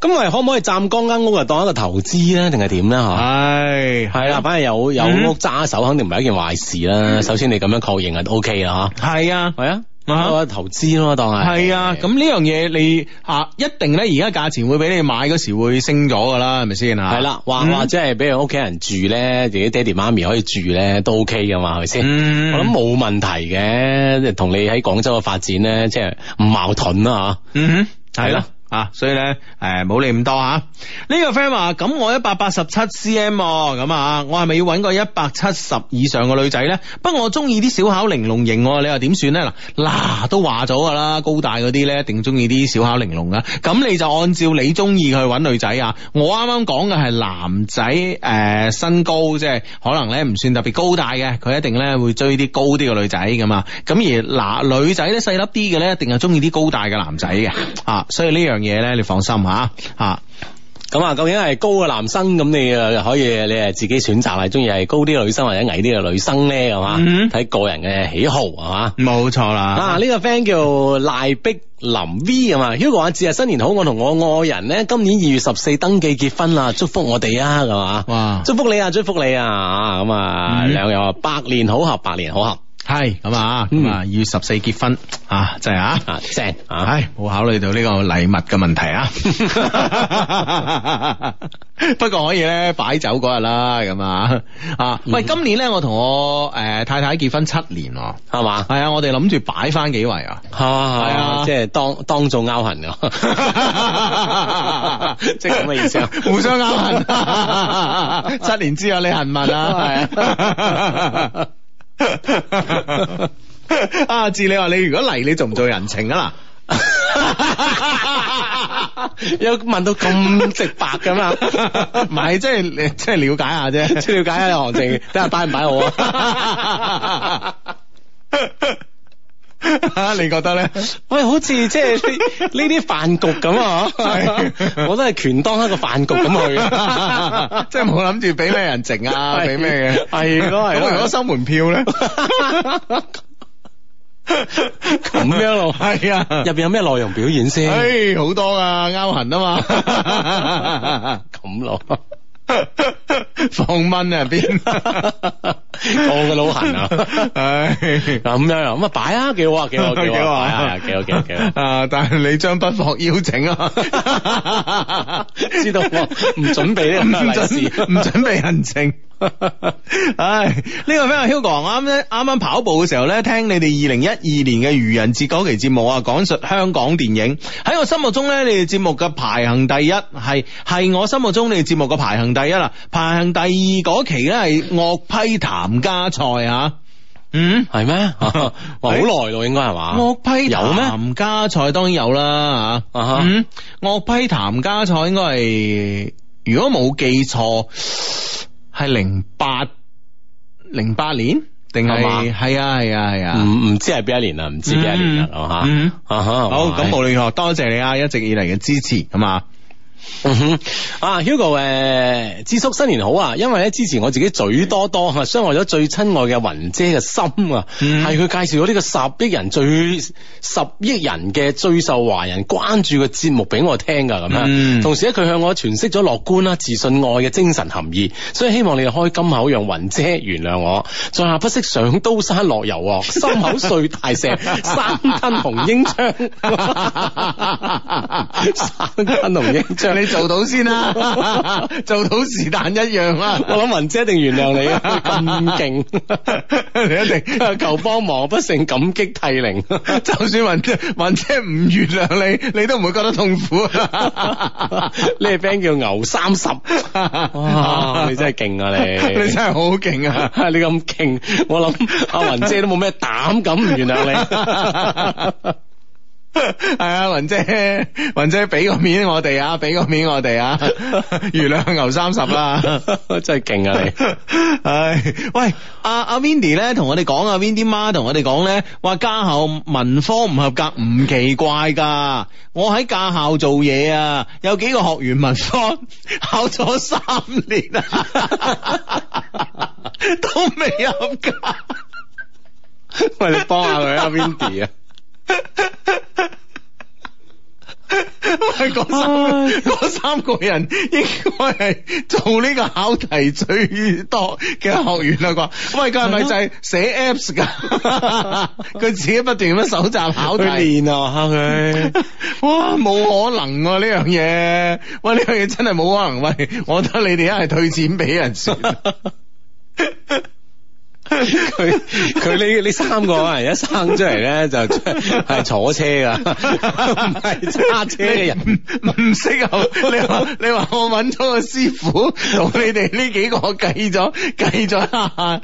S3: 咁我哋可唔可以湛江間屋啊當一個投資咧，定係點咧？
S1: 啊
S3: 嚇？
S1: 唉，
S3: 係啦，反正有有
S1: 嗯
S3: 屋揸手，肯定唔係一件壞事啦。首先你咁樣確認係 O K 啦，
S1: 係啊。
S3: 吓。係啊，
S1: 啊
S3: 我投資咯，當係。
S1: 係啊，咁呢樣嘢你啊，一定咧而家價錢會比你買嗰時會升咗噶啦，係咪先啊？
S3: 係啦，或
S1: 嗯
S3: 或者係俾佢屋企人住咧，自己爹哋媽咪可以住咧，都 O K 噶嘛，係咪先？
S1: 嗯
S3: 我諗冇問題嘅，即係同你喺廣州嘅發展咧，即係唔矛盾啦
S1: 嗯哼，
S3: 係
S1: 係
S3: 咯
S1: 啦。啊，所以咧，誒，冇理咁多啊。呢、個 friend 話，咁我一百八十七 cm 喎咁啊，我係咪要揾個一百七十以上嘅女仔咧？不過我中意啲小巧玲瓏型喎，你話點算咧？嗱嗱，都話咗噶啦，高大嗰啲咧，一定中意啲小巧玲瓏噶。咁你就按照你中意去揾女仔啊。我啱啱講嘅係男仔誒、身高，即係可能咧唔算特別高大嘅，佢一定咧會追啲高啲嘅女仔咁啊。咁而嗱女仔咧細粒啲嘅咧，一定係中意啲高大嘅男仔嘅啊。所以呢樣嘢咧，你放心吓啊。
S3: 吓。咁啊，究竟係高嘅男生咁，你啊可以你係自己選擇啦，中意係高啲嘅女生或者矮啲嘅女生咧，係嘛？
S1: 嗯
S3: 睇個人嘅喜好係嘛？
S1: 冇錯
S3: 啊！
S1: 啦，
S3: 呢、個 friend 叫賴碧林 V 啊嘛，Hugo 阿志啊，新年好！我同我愛人咧，今年二月十四登記結婚啦，祝福我哋啊，係嘛？
S1: 哇
S3: 祝福你啊，祝福你啊！啊咁啊，
S1: 嗯
S3: 兩友啊，百年好合，百年好合
S1: 係咁啊，
S3: 嗯
S1: 咁啊，二月十四結婚啊，真係啊。
S3: 啊，正啊！
S1: 唉，冇考慮到呢個禮物嘅問題啊。 [LAUGHS] 不過可以咧擺酒嗰日啦，咁啊啊！喂，今年咧我同我誒、呃太太結婚七年喎，
S3: 係嘛？
S1: 係啊，我哋諗住擺翻幾圍啊。
S3: 係啊
S1: 係啊
S3: 即係當當做勾痕啊！ [LAUGHS]
S1: [LAUGHS]
S3: 即係咁嘅意思啊！
S1: 互相勾
S3: [LAUGHS]
S1: 痕。七年之後你恨唔恨啊？係啊。阿志，你話你如果嚟，你做唔做人情啊？嗱。
S3: [LAUGHS] 有問到咁嗯啊直白噶嘛？
S1: 唔係，即係即係了解下啫，
S3: 先了解下你行情，睇下擺唔擺好啊！
S1: [LAUGHS] 你覺得咧？
S3: 喂，好似即係呢呢啲飯局咁啊！
S1: 係
S3: 我都係權當一個飯局咁去，
S1: [LAUGHS] 即係冇諗住俾咩人情啊，
S3: 係
S1: 俾咩嘅？
S3: 係咯係咯
S1: 咁如果收門票咧，
S3: 咁
S1: 咁
S3: 樣咯
S1: 係啊，
S3: [LAUGHS] 入邊有咩內容表演先？
S1: 唉，好多啊，勾痕啊嘛，
S3: 咁咯，
S1: 放蚊啊
S3: [LAUGHS]
S1: 邊？
S3: 我個腦痕啊！
S1: 唉。
S3: 嗱咁樣啊，咁啊擺啊，幾好
S1: [LAUGHS]
S3: 啊，幾好啊，幾好啊，係啊，幾好幾好幾好。
S1: 啊！但係你將不獲邀請啊，
S3: [LAUGHS] 知道我唔準備呢個利是
S1: 唔準唔準備人情。 [LAUGHS] 唉，呢、個 friend 話 Hugo 啱咧，啱啱跑步嘅時候咧，聽你哋二零一二年嘅愚人節嗰期節目啊，講述香港電影。喺我心目中咧，你哋節目嘅排行第一係係我心目中你哋節目嘅排行第一啦。排行第二嗰期咧係樂批譚家菜啊。嗯。
S3: 係咩？ [LAUGHS] 哇，好
S1: 哎
S3: 耐咯，應該係嘛？
S1: 樂批
S3: 啊有咩？
S1: 譚家菜當然有啦吓，
S3: 啊哈
S1: 嗯，樂批譚家菜應該係如果冇記錯係零八零八年定
S3: 係嘛嗯
S1: 係係啊係啊係啊。
S3: 唔唔知係邊一年啦，唔知邊一年啦，
S1: 嗯
S3: 嚇
S1: 嗯
S3: 啊哈
S1: 好，咁
S3: 冇
S1: 無論如何，多謝你啊，一直以嚟嘅支持，咁啊。
S3: 嗯哼，啊 Hugo 誒、智叔新年好啊！因為咧之前我自己嘴多多啊，傷害咗最親愛嘅雲姐嘅心啊，係佢、介紹咗呢個十億人最十億人嘅最受華人關注嘅節目俾我聽㗎咁樣。
S1: 嗯
S3: 同時咧，佢向我詮釋咗樂觀啦、自信、愛嘅精神含義，所以希望你哋開金口讓雲姐原諒我，在下不惜上刀山落油鑊，啊心口碎大石， [LAUGHS] 三吞紅纓 [LAUGHS] 槍，三吞紅纓槍。
S1: 你做到先
S3: [LAUGHS]
S1: 啦，做到是但一樣啦。
S3: 我諗雲姐一定原諒 [LAUGHS] 你啊，咁勁，
S1: 你一定
S3: [LAUGHS] 求幫忙不勝感激涕 [LAUGHS] 零。
S1: 就算雲姐雲姐唔原諒你，你都唔會覺得痛苦啊！
S3: 呢個 friend 叫牛三十， [LAUGHS] 哇！你真係勁啊
S1: 你真
S3: [LAUGHS] 你！
S1: 係好勁啊！
S3: 你咁勁，我諗阿雲姐都冇咩膽敢唔原諒 [LAUGHS] 你。
S1: 系啊，云姐，云姐俾個面我哋啊，俾個面我哋啊，魚兩牛三十啦。
S3: 真係勁啊你！
S1: 唉，喂，阿阿 Vindy 咧同我哋講啊，Vindy 媽同我哋講咧，話駕校文科唔合格唔奇怪噶。我喺駕校做嘢啊，有幾個學員文科 [LAUGHS] 考咗三年啊， [LAUGHS] 都未合格。
S3: 喂，你幫下佢啊 [LAUGHS] Vindy 啊！
S1: 喂，嗰三嗰三個人應該係做呢個考題最多嘅學員啦啩？喂，佢係咪就係寫 apps 㗎？佢自己不斷咁樣搜集考
S3: 佢
S1: 題。
S3: 練啊嚇佢。
S1: 哇，冇可能喎呢樣嘢！喂，呢樣嘢真係冇可能。喂，我覺得你哋一係退錢俾人算。
S3: 佢佢呢呢三個人一生出嚟咧就係坐車 [LAUGHS] 噶，唔係揸車嘅人。
S1: 唔唔適合你話你話我揾咗個師傅同你哋呢幾個計咗計咗一下，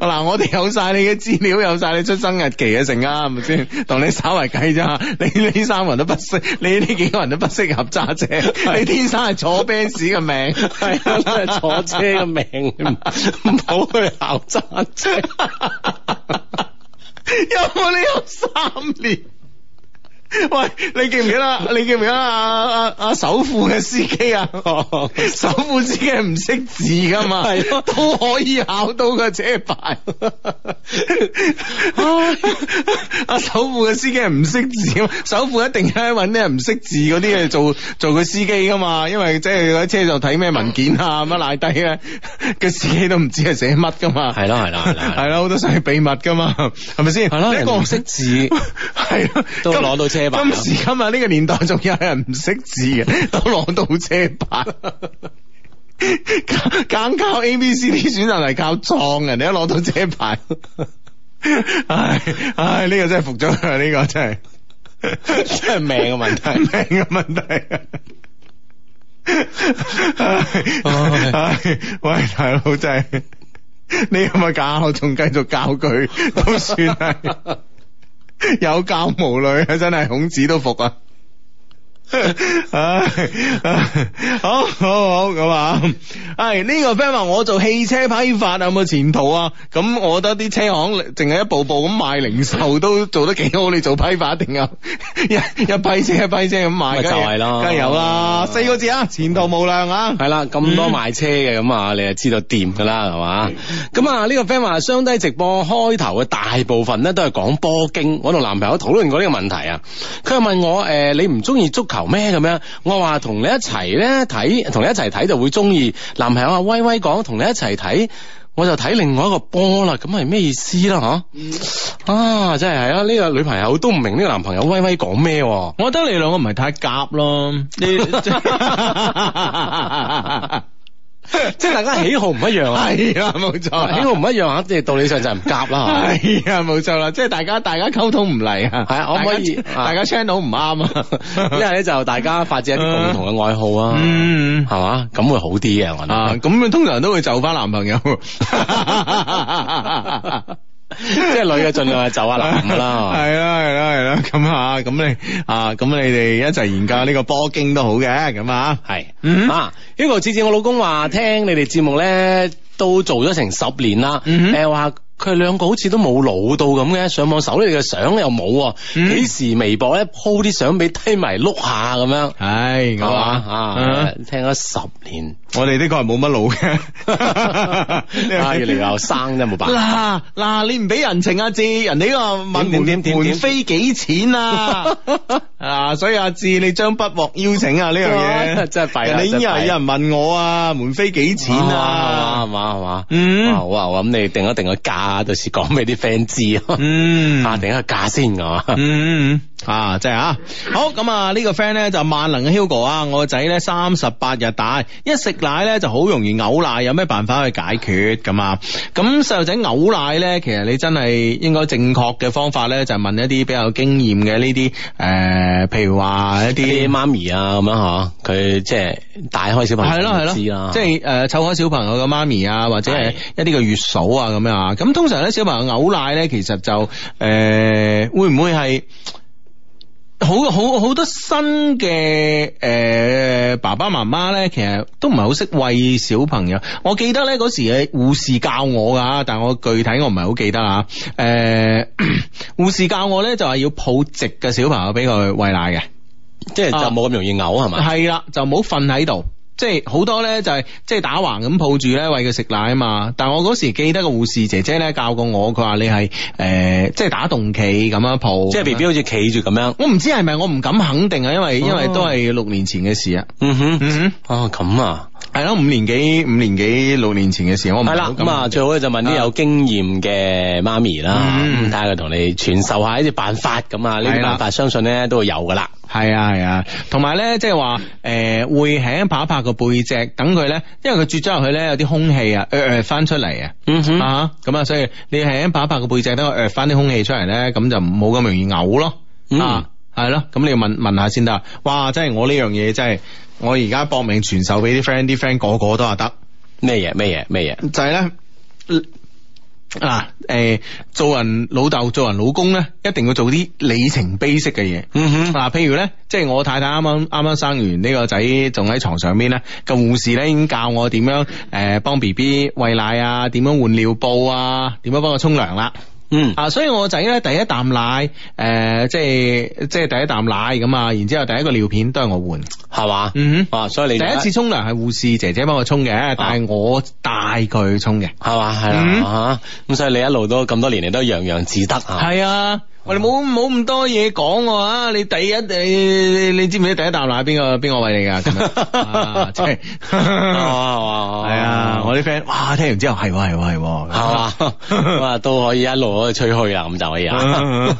S1: 嗱我哋有晒你嘅資料，有晒你出生日期嘅成啊，係咪先？同你稍為計咗下，你呢三個人都不適，你呢幾個人都不適合揸車，你天生係坐 b 士嘅命，
S3: 係啊，真係坐車嘅命，唔唔好去考揸
S1: [LAUGHS]
S3: 車。
S1: 有冇你有三年？喂，你記唔記得？啊你記唔記得阿阿阿啊首富嘅司機
S3: [LAUGHS]
S1: 啊？首富司機係唔識字噶嘛，
S3: 係咯
S1: 都可以考到個車牌。 [LAUGHS] 阿首富嘅司機係唔識字㗎嘛，首富一定係揾啲人唔識字嗰啲嚟做做佢司機噶嘛，因為即係佢喺車上睇咩文件啊，乜賴低咧，嘅司機都唔知係寫乜噶嘛。
S3: 係咯係
S1: [LAUGHS]
S3: 咯係咯係咯啊
S1: 係咯，好多嘢秘密噶嘛， [LAUGHS] 係咪先？
S3: 係咯，
S1: 一
S3: 人
S1: 個
S3: 唔識字，
S1: [LAUGHS] 係咯，
S3: 都
S1: 今
S3: 攞到車牌
S1: 今時今日呢個年代，仲有人唔識字嘅，
S3: [LAUGHS]
S1: 都攞到車牌。 [LAUGHS] 揀靠 A、B、C、D 選擇嚟靠撞人，你一攞到車牌， [LAUGHS] 唉唉，呢、個真係服咗佢啊，呢、個真係。
S3: 真係命嘅問題。
S1: 命
S3: [LAUGHS]
S1: 嘅問題。
S3: 哦
S1: 唉唉喂，大佬真係，你咁嘅教仲繼續教佢，都算係有教無類啊！真係孔子都服啊！唉，唉好好好咁啊！係呢個 friend 話我做汽車批發有冇前途啊？咁我覺得啲車行淨係一步步咁賣零售都做得幾好，你做批發一定有一一批車一批車咁賣，
S3: 咪就係咯
S1: 梗係有啦，四個字啊，前途無量啊！
S3: 係啦，咁多賣車嘅咁啊，你就知道掂噶啦，係嘛？咁啊，呢個 friend 話雙低直播開頭嘅大部分咧都係講波經，我同男朋友討論過呢個問題啊。佢又問我誒、呃你唔中意足球咩咁樣？我話同你一齊咧睇，同你一齊睇就會中意。男朋友話威威講同你一齊睇。我就睇另外一個波啦，咁係咩意思啦？吓、啊，真係係啊！呢、個女朋友都唔明呢個男朋友威威講
S1: [LAUGHS]
S3: 咩喎。
S1: 我覺得你兩個唔係太夾咯， [LAUGHS] 你
S3: 即係大家喜好唔一樣啊，
S1: 係啦，冇錯啦，
S3: 喜好唔一樣啊，即係道理上就係唔夾啦。係嘛
S1: 係啊，冇錯啦，即係大家大家溝通唔嚟啊，
S3: 係啊可唔可以
S1: 大家大家 channel 唔
S3: [LAUGHS]
S1: 啱啊，
S3: 一係咧就大家發展一啲共同嘅愛好啊，
S1: 嗯
S3: 係嘛，咁會好啲嘅，我覺
S1: 啊，
S3: 得。
S1: 咁通常都會就翻男朋友。
S3: [LAUGHS] 即係女嘅盡量係就下男㗎啦，
S1: [LAUGHS] 係啦係啦係啦，咁啊，咁你啊，咁你哋一齊研究呢個波經都好嘅，咁啊，
S3: 係
S1: 嗯
S3: 啊，Hugo 次次我老公話聽你哋節目咧都做咗成十年啦，
S1: 嗯哼
S3: 誒話。佢哋兩個好似都冇老到咁嘅，上網搜你哋嘅相又冇
S1: 嗯
S3: 喎，幾時微博咧鋪啲相俾低迷碌下咁樣，
S1: 唉，我
S3: 係嘛啊
S1: 啊，？
S3: 聽咗十
S1: [LAUGHS]
S3: 年， [LAUGHS]
S1: 我哋呢個係冇乜路嘅，
S3: 啊越嚟越後生真係冇辦法。
S1: 嗱嗱，你唔俾人情阿志，人哋呢個問
S3: 點點點點
S1: 門門飛幾錢
S3: [LAUGHS]
S1: 啊？啊，所以阿志你將不獲邀請啊呢樣嘢，
S3: [LAUGHS] 真係弊啦
S1: 人哋已經
S3: 真係
S1: 有
S3: 弊
S1: 人問我啊，門飛幾錢
S3: 哇係嘛係
S1: 啊？
S3: 嘛係嘛，
S1: 嗯
S3: 哇好啊好啊，咁你定一定個價，到時講俾啲 friend 知啊。
S1: 嗯
S3: 啊，定一個價先係嘛。
S1: [LAUGHS] 嗯嗯嗯啊，真係啊！好咁啊，呢個 friend 咧就萬能嘅 Hugo 啊，我個仔咧三十八日大，一食奶咧就好容易嘔奶，有咩辦法去解決咁啊？咁細路仔嘔奶咧，其實你真係應該正確嘅方法咧，就係問一啲比較有經驗嘅呢啲誒，譬如話一
S3: 啲
S1: 啲。
S3: 媽咪啊咁樣嗬，佢即係帶開小朋友，
S1: 係咯係
S3: 知啦
S1: 咯，，即係呃誒湊開小朋友嘅媽咪啊，或者係
S3: 係
S1: 一啲嘅月嫂啊咁樣啊。咁通常咧小朋友嘔奶咧，其實就誒、呃、會唔會係？好好好多新嘅誒、呃爸爸媽媽咧，其實都唔係好識餵小朋友。我記得咧嗰時嘅護士教我㗎，但我具體我唔係好記得啊。誒、 [CLEARS THROAT] 護士教我咧就係要抱直嘅小朋友俾佢餵奶嘅。
S3: 即係
S1: 啊
S3: 就冇咁容易嘔係嘛，
S1: 係啦，就唔好瞓喺度。即係好多咧，就係即係打橫咁抱住咧，喂佢食奶啊嘛。但我嗰時記得個護士姐姐咧教過我，佢話你係誒、呃即係打動企咁樣抱。
S3: 即係 B B 好似企住咁樣，
S1: 我唔知係咪，我唔敢肯定啊，因為因為都係六年前嘅事啊。
S3: 嗯哼，
S1: 嗯
S3: 哦咁啊，
S1: 哼，係咯，五年幾五年幾六年前嘅事，我唔係
S3: 係
S1: 好
S3: 啦，
S1: 敢
S3: 咁啊最好咧就問啲有經驗嘅媽咪啦，
S1: 嗯
S3: 咁睇下佢同你傳授下呢啲辦法咁啊，呢
S1: 係
S3: 啲
S1: 啦
S3: 辦法相信咧都會有噶啦，
S1: 係啊係啊，同埋咧即係話誒會輕拍一拍個背脊，等佢咧，因為佢啜咗入去咧有啲空氣啊，誒、呃、翻出嚟啊。
S3: 嗯哼，
S1: 啊，咁啊，所以你輕輕拍一拍個背脊，等佢誒翻啲空氣出嚟咧，咁就冇咁容易嘔咯。
S3: 嗯
S1: 啊，係咯，咁你要問問下先得。哇，真係我呢樣嘢真係，我而家搏命傳授俾啲 friend，啲 friend 個個都話得，
S3: 咩嘢咩嘢咩嘢，
S1: 就係咧。嗱、誒、做人老豆、做人老公咧，一定要做啲里程碑式嘅嘢。
S3: 嗯
S1: [LAUGHS] 嗱、啊譬如咧，即係我太太啱啱啱啱生完呢個仔，仲喺床上邊咧，個護士咧已經教我點樣誒幫 B B 喂奶啊，點樣換尿布啊，點樣幫佢沖涼啦。
S3: 嗯
S1: 啊，所以我仔咧第一啖奶，誒、呃即係即係第一啖奶咁啊，然之後第一個尿片都係我換。
S3: 係嘛，
S1: 嗯
S3: 啊所以
S1: 第
S3: 你
S1: 一次沖涼係護士姐姐幫我沖嘅，但係我帶佢沖嘅。
S3: 係嘛係
S1: 嗯
S3: 啦嚇，咁所以你一路都咁多年嚟都洋洋自得啊，
S1: 係啊，我哋冇冇咁多嘢講喎啊！你第一你你知唔知第一啖奶邊個邊個喂你
S3: [LAUGHS]
S1: 㗎？咁樣啊即係係
S3: 哦
S1: 啊！我啲 friend 哇，聽完之後係喎係喎係喎，
S3: 係嘛，
S1: [LAUGHS]
S3: 咁啊都可以一路可以吹噓啦，咁就可以啊，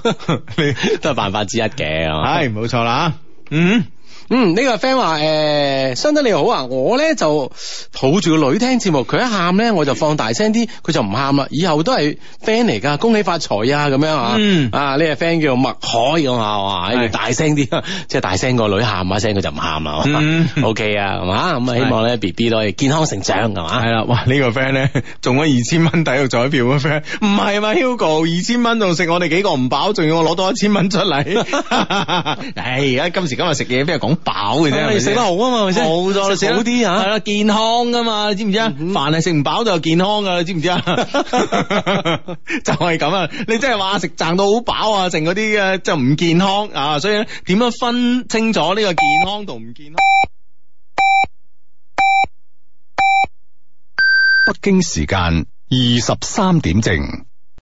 S1: 你
S3: [LAUGHS] 都係辦法之一嘅。啊
S1: 嗯係冇錯啦，嗯。
S3: 嗯，呢個 friend 話誒，相得你好啊，我咧就抱住個女聽節目，佢一喊咧我就放大聲啲，佢就唔喊啦，以後都係 friend 嚟噶，恭喜發財啊咁樣啊，
S1: 嗯
S3: 啊呢個 friend 叫麥海咁啊，哇，
S1: 係
S3: 大聲啲，啊即係大聲個女喊一聲佢就唔喊啦 [LAUGHS]
S1: 嗯
S3: ，OK 啊，係嘛，咁啊希望咧 B B 都可以健康成長係嘛
S1: 系。啦，哇！呢、個 friend 咧中咗二千蚊體育彩票嘅 friend，唔係嘛，Hugo 二千蚊仲食我哋幾個唔飽，仲要我攞多一千蚊出嚟。 [LAUGHS] 唉，而家今時今日食嘢邊係講飽嘅啫，係咪
S3: 你食
S1: 先
S3: 得好啊嘛，係咪先？
S1: 冇咗，你
S3: 食
S1: 食得
S3: 好啲啊嗯嚇。
S1: 係啦，健康噶嘛，你知唔知啊？凡係食唔飽就有健康噶，你知唔知
S3: [LAUGHS]
S1: 啊？就係咁啊！你真係話食賺到好飽啊，剩嗰啲嘅就唔健康啊，所以咧點樣分清楚呢個健康同唔健康？
S4: 北京時間二十三點正。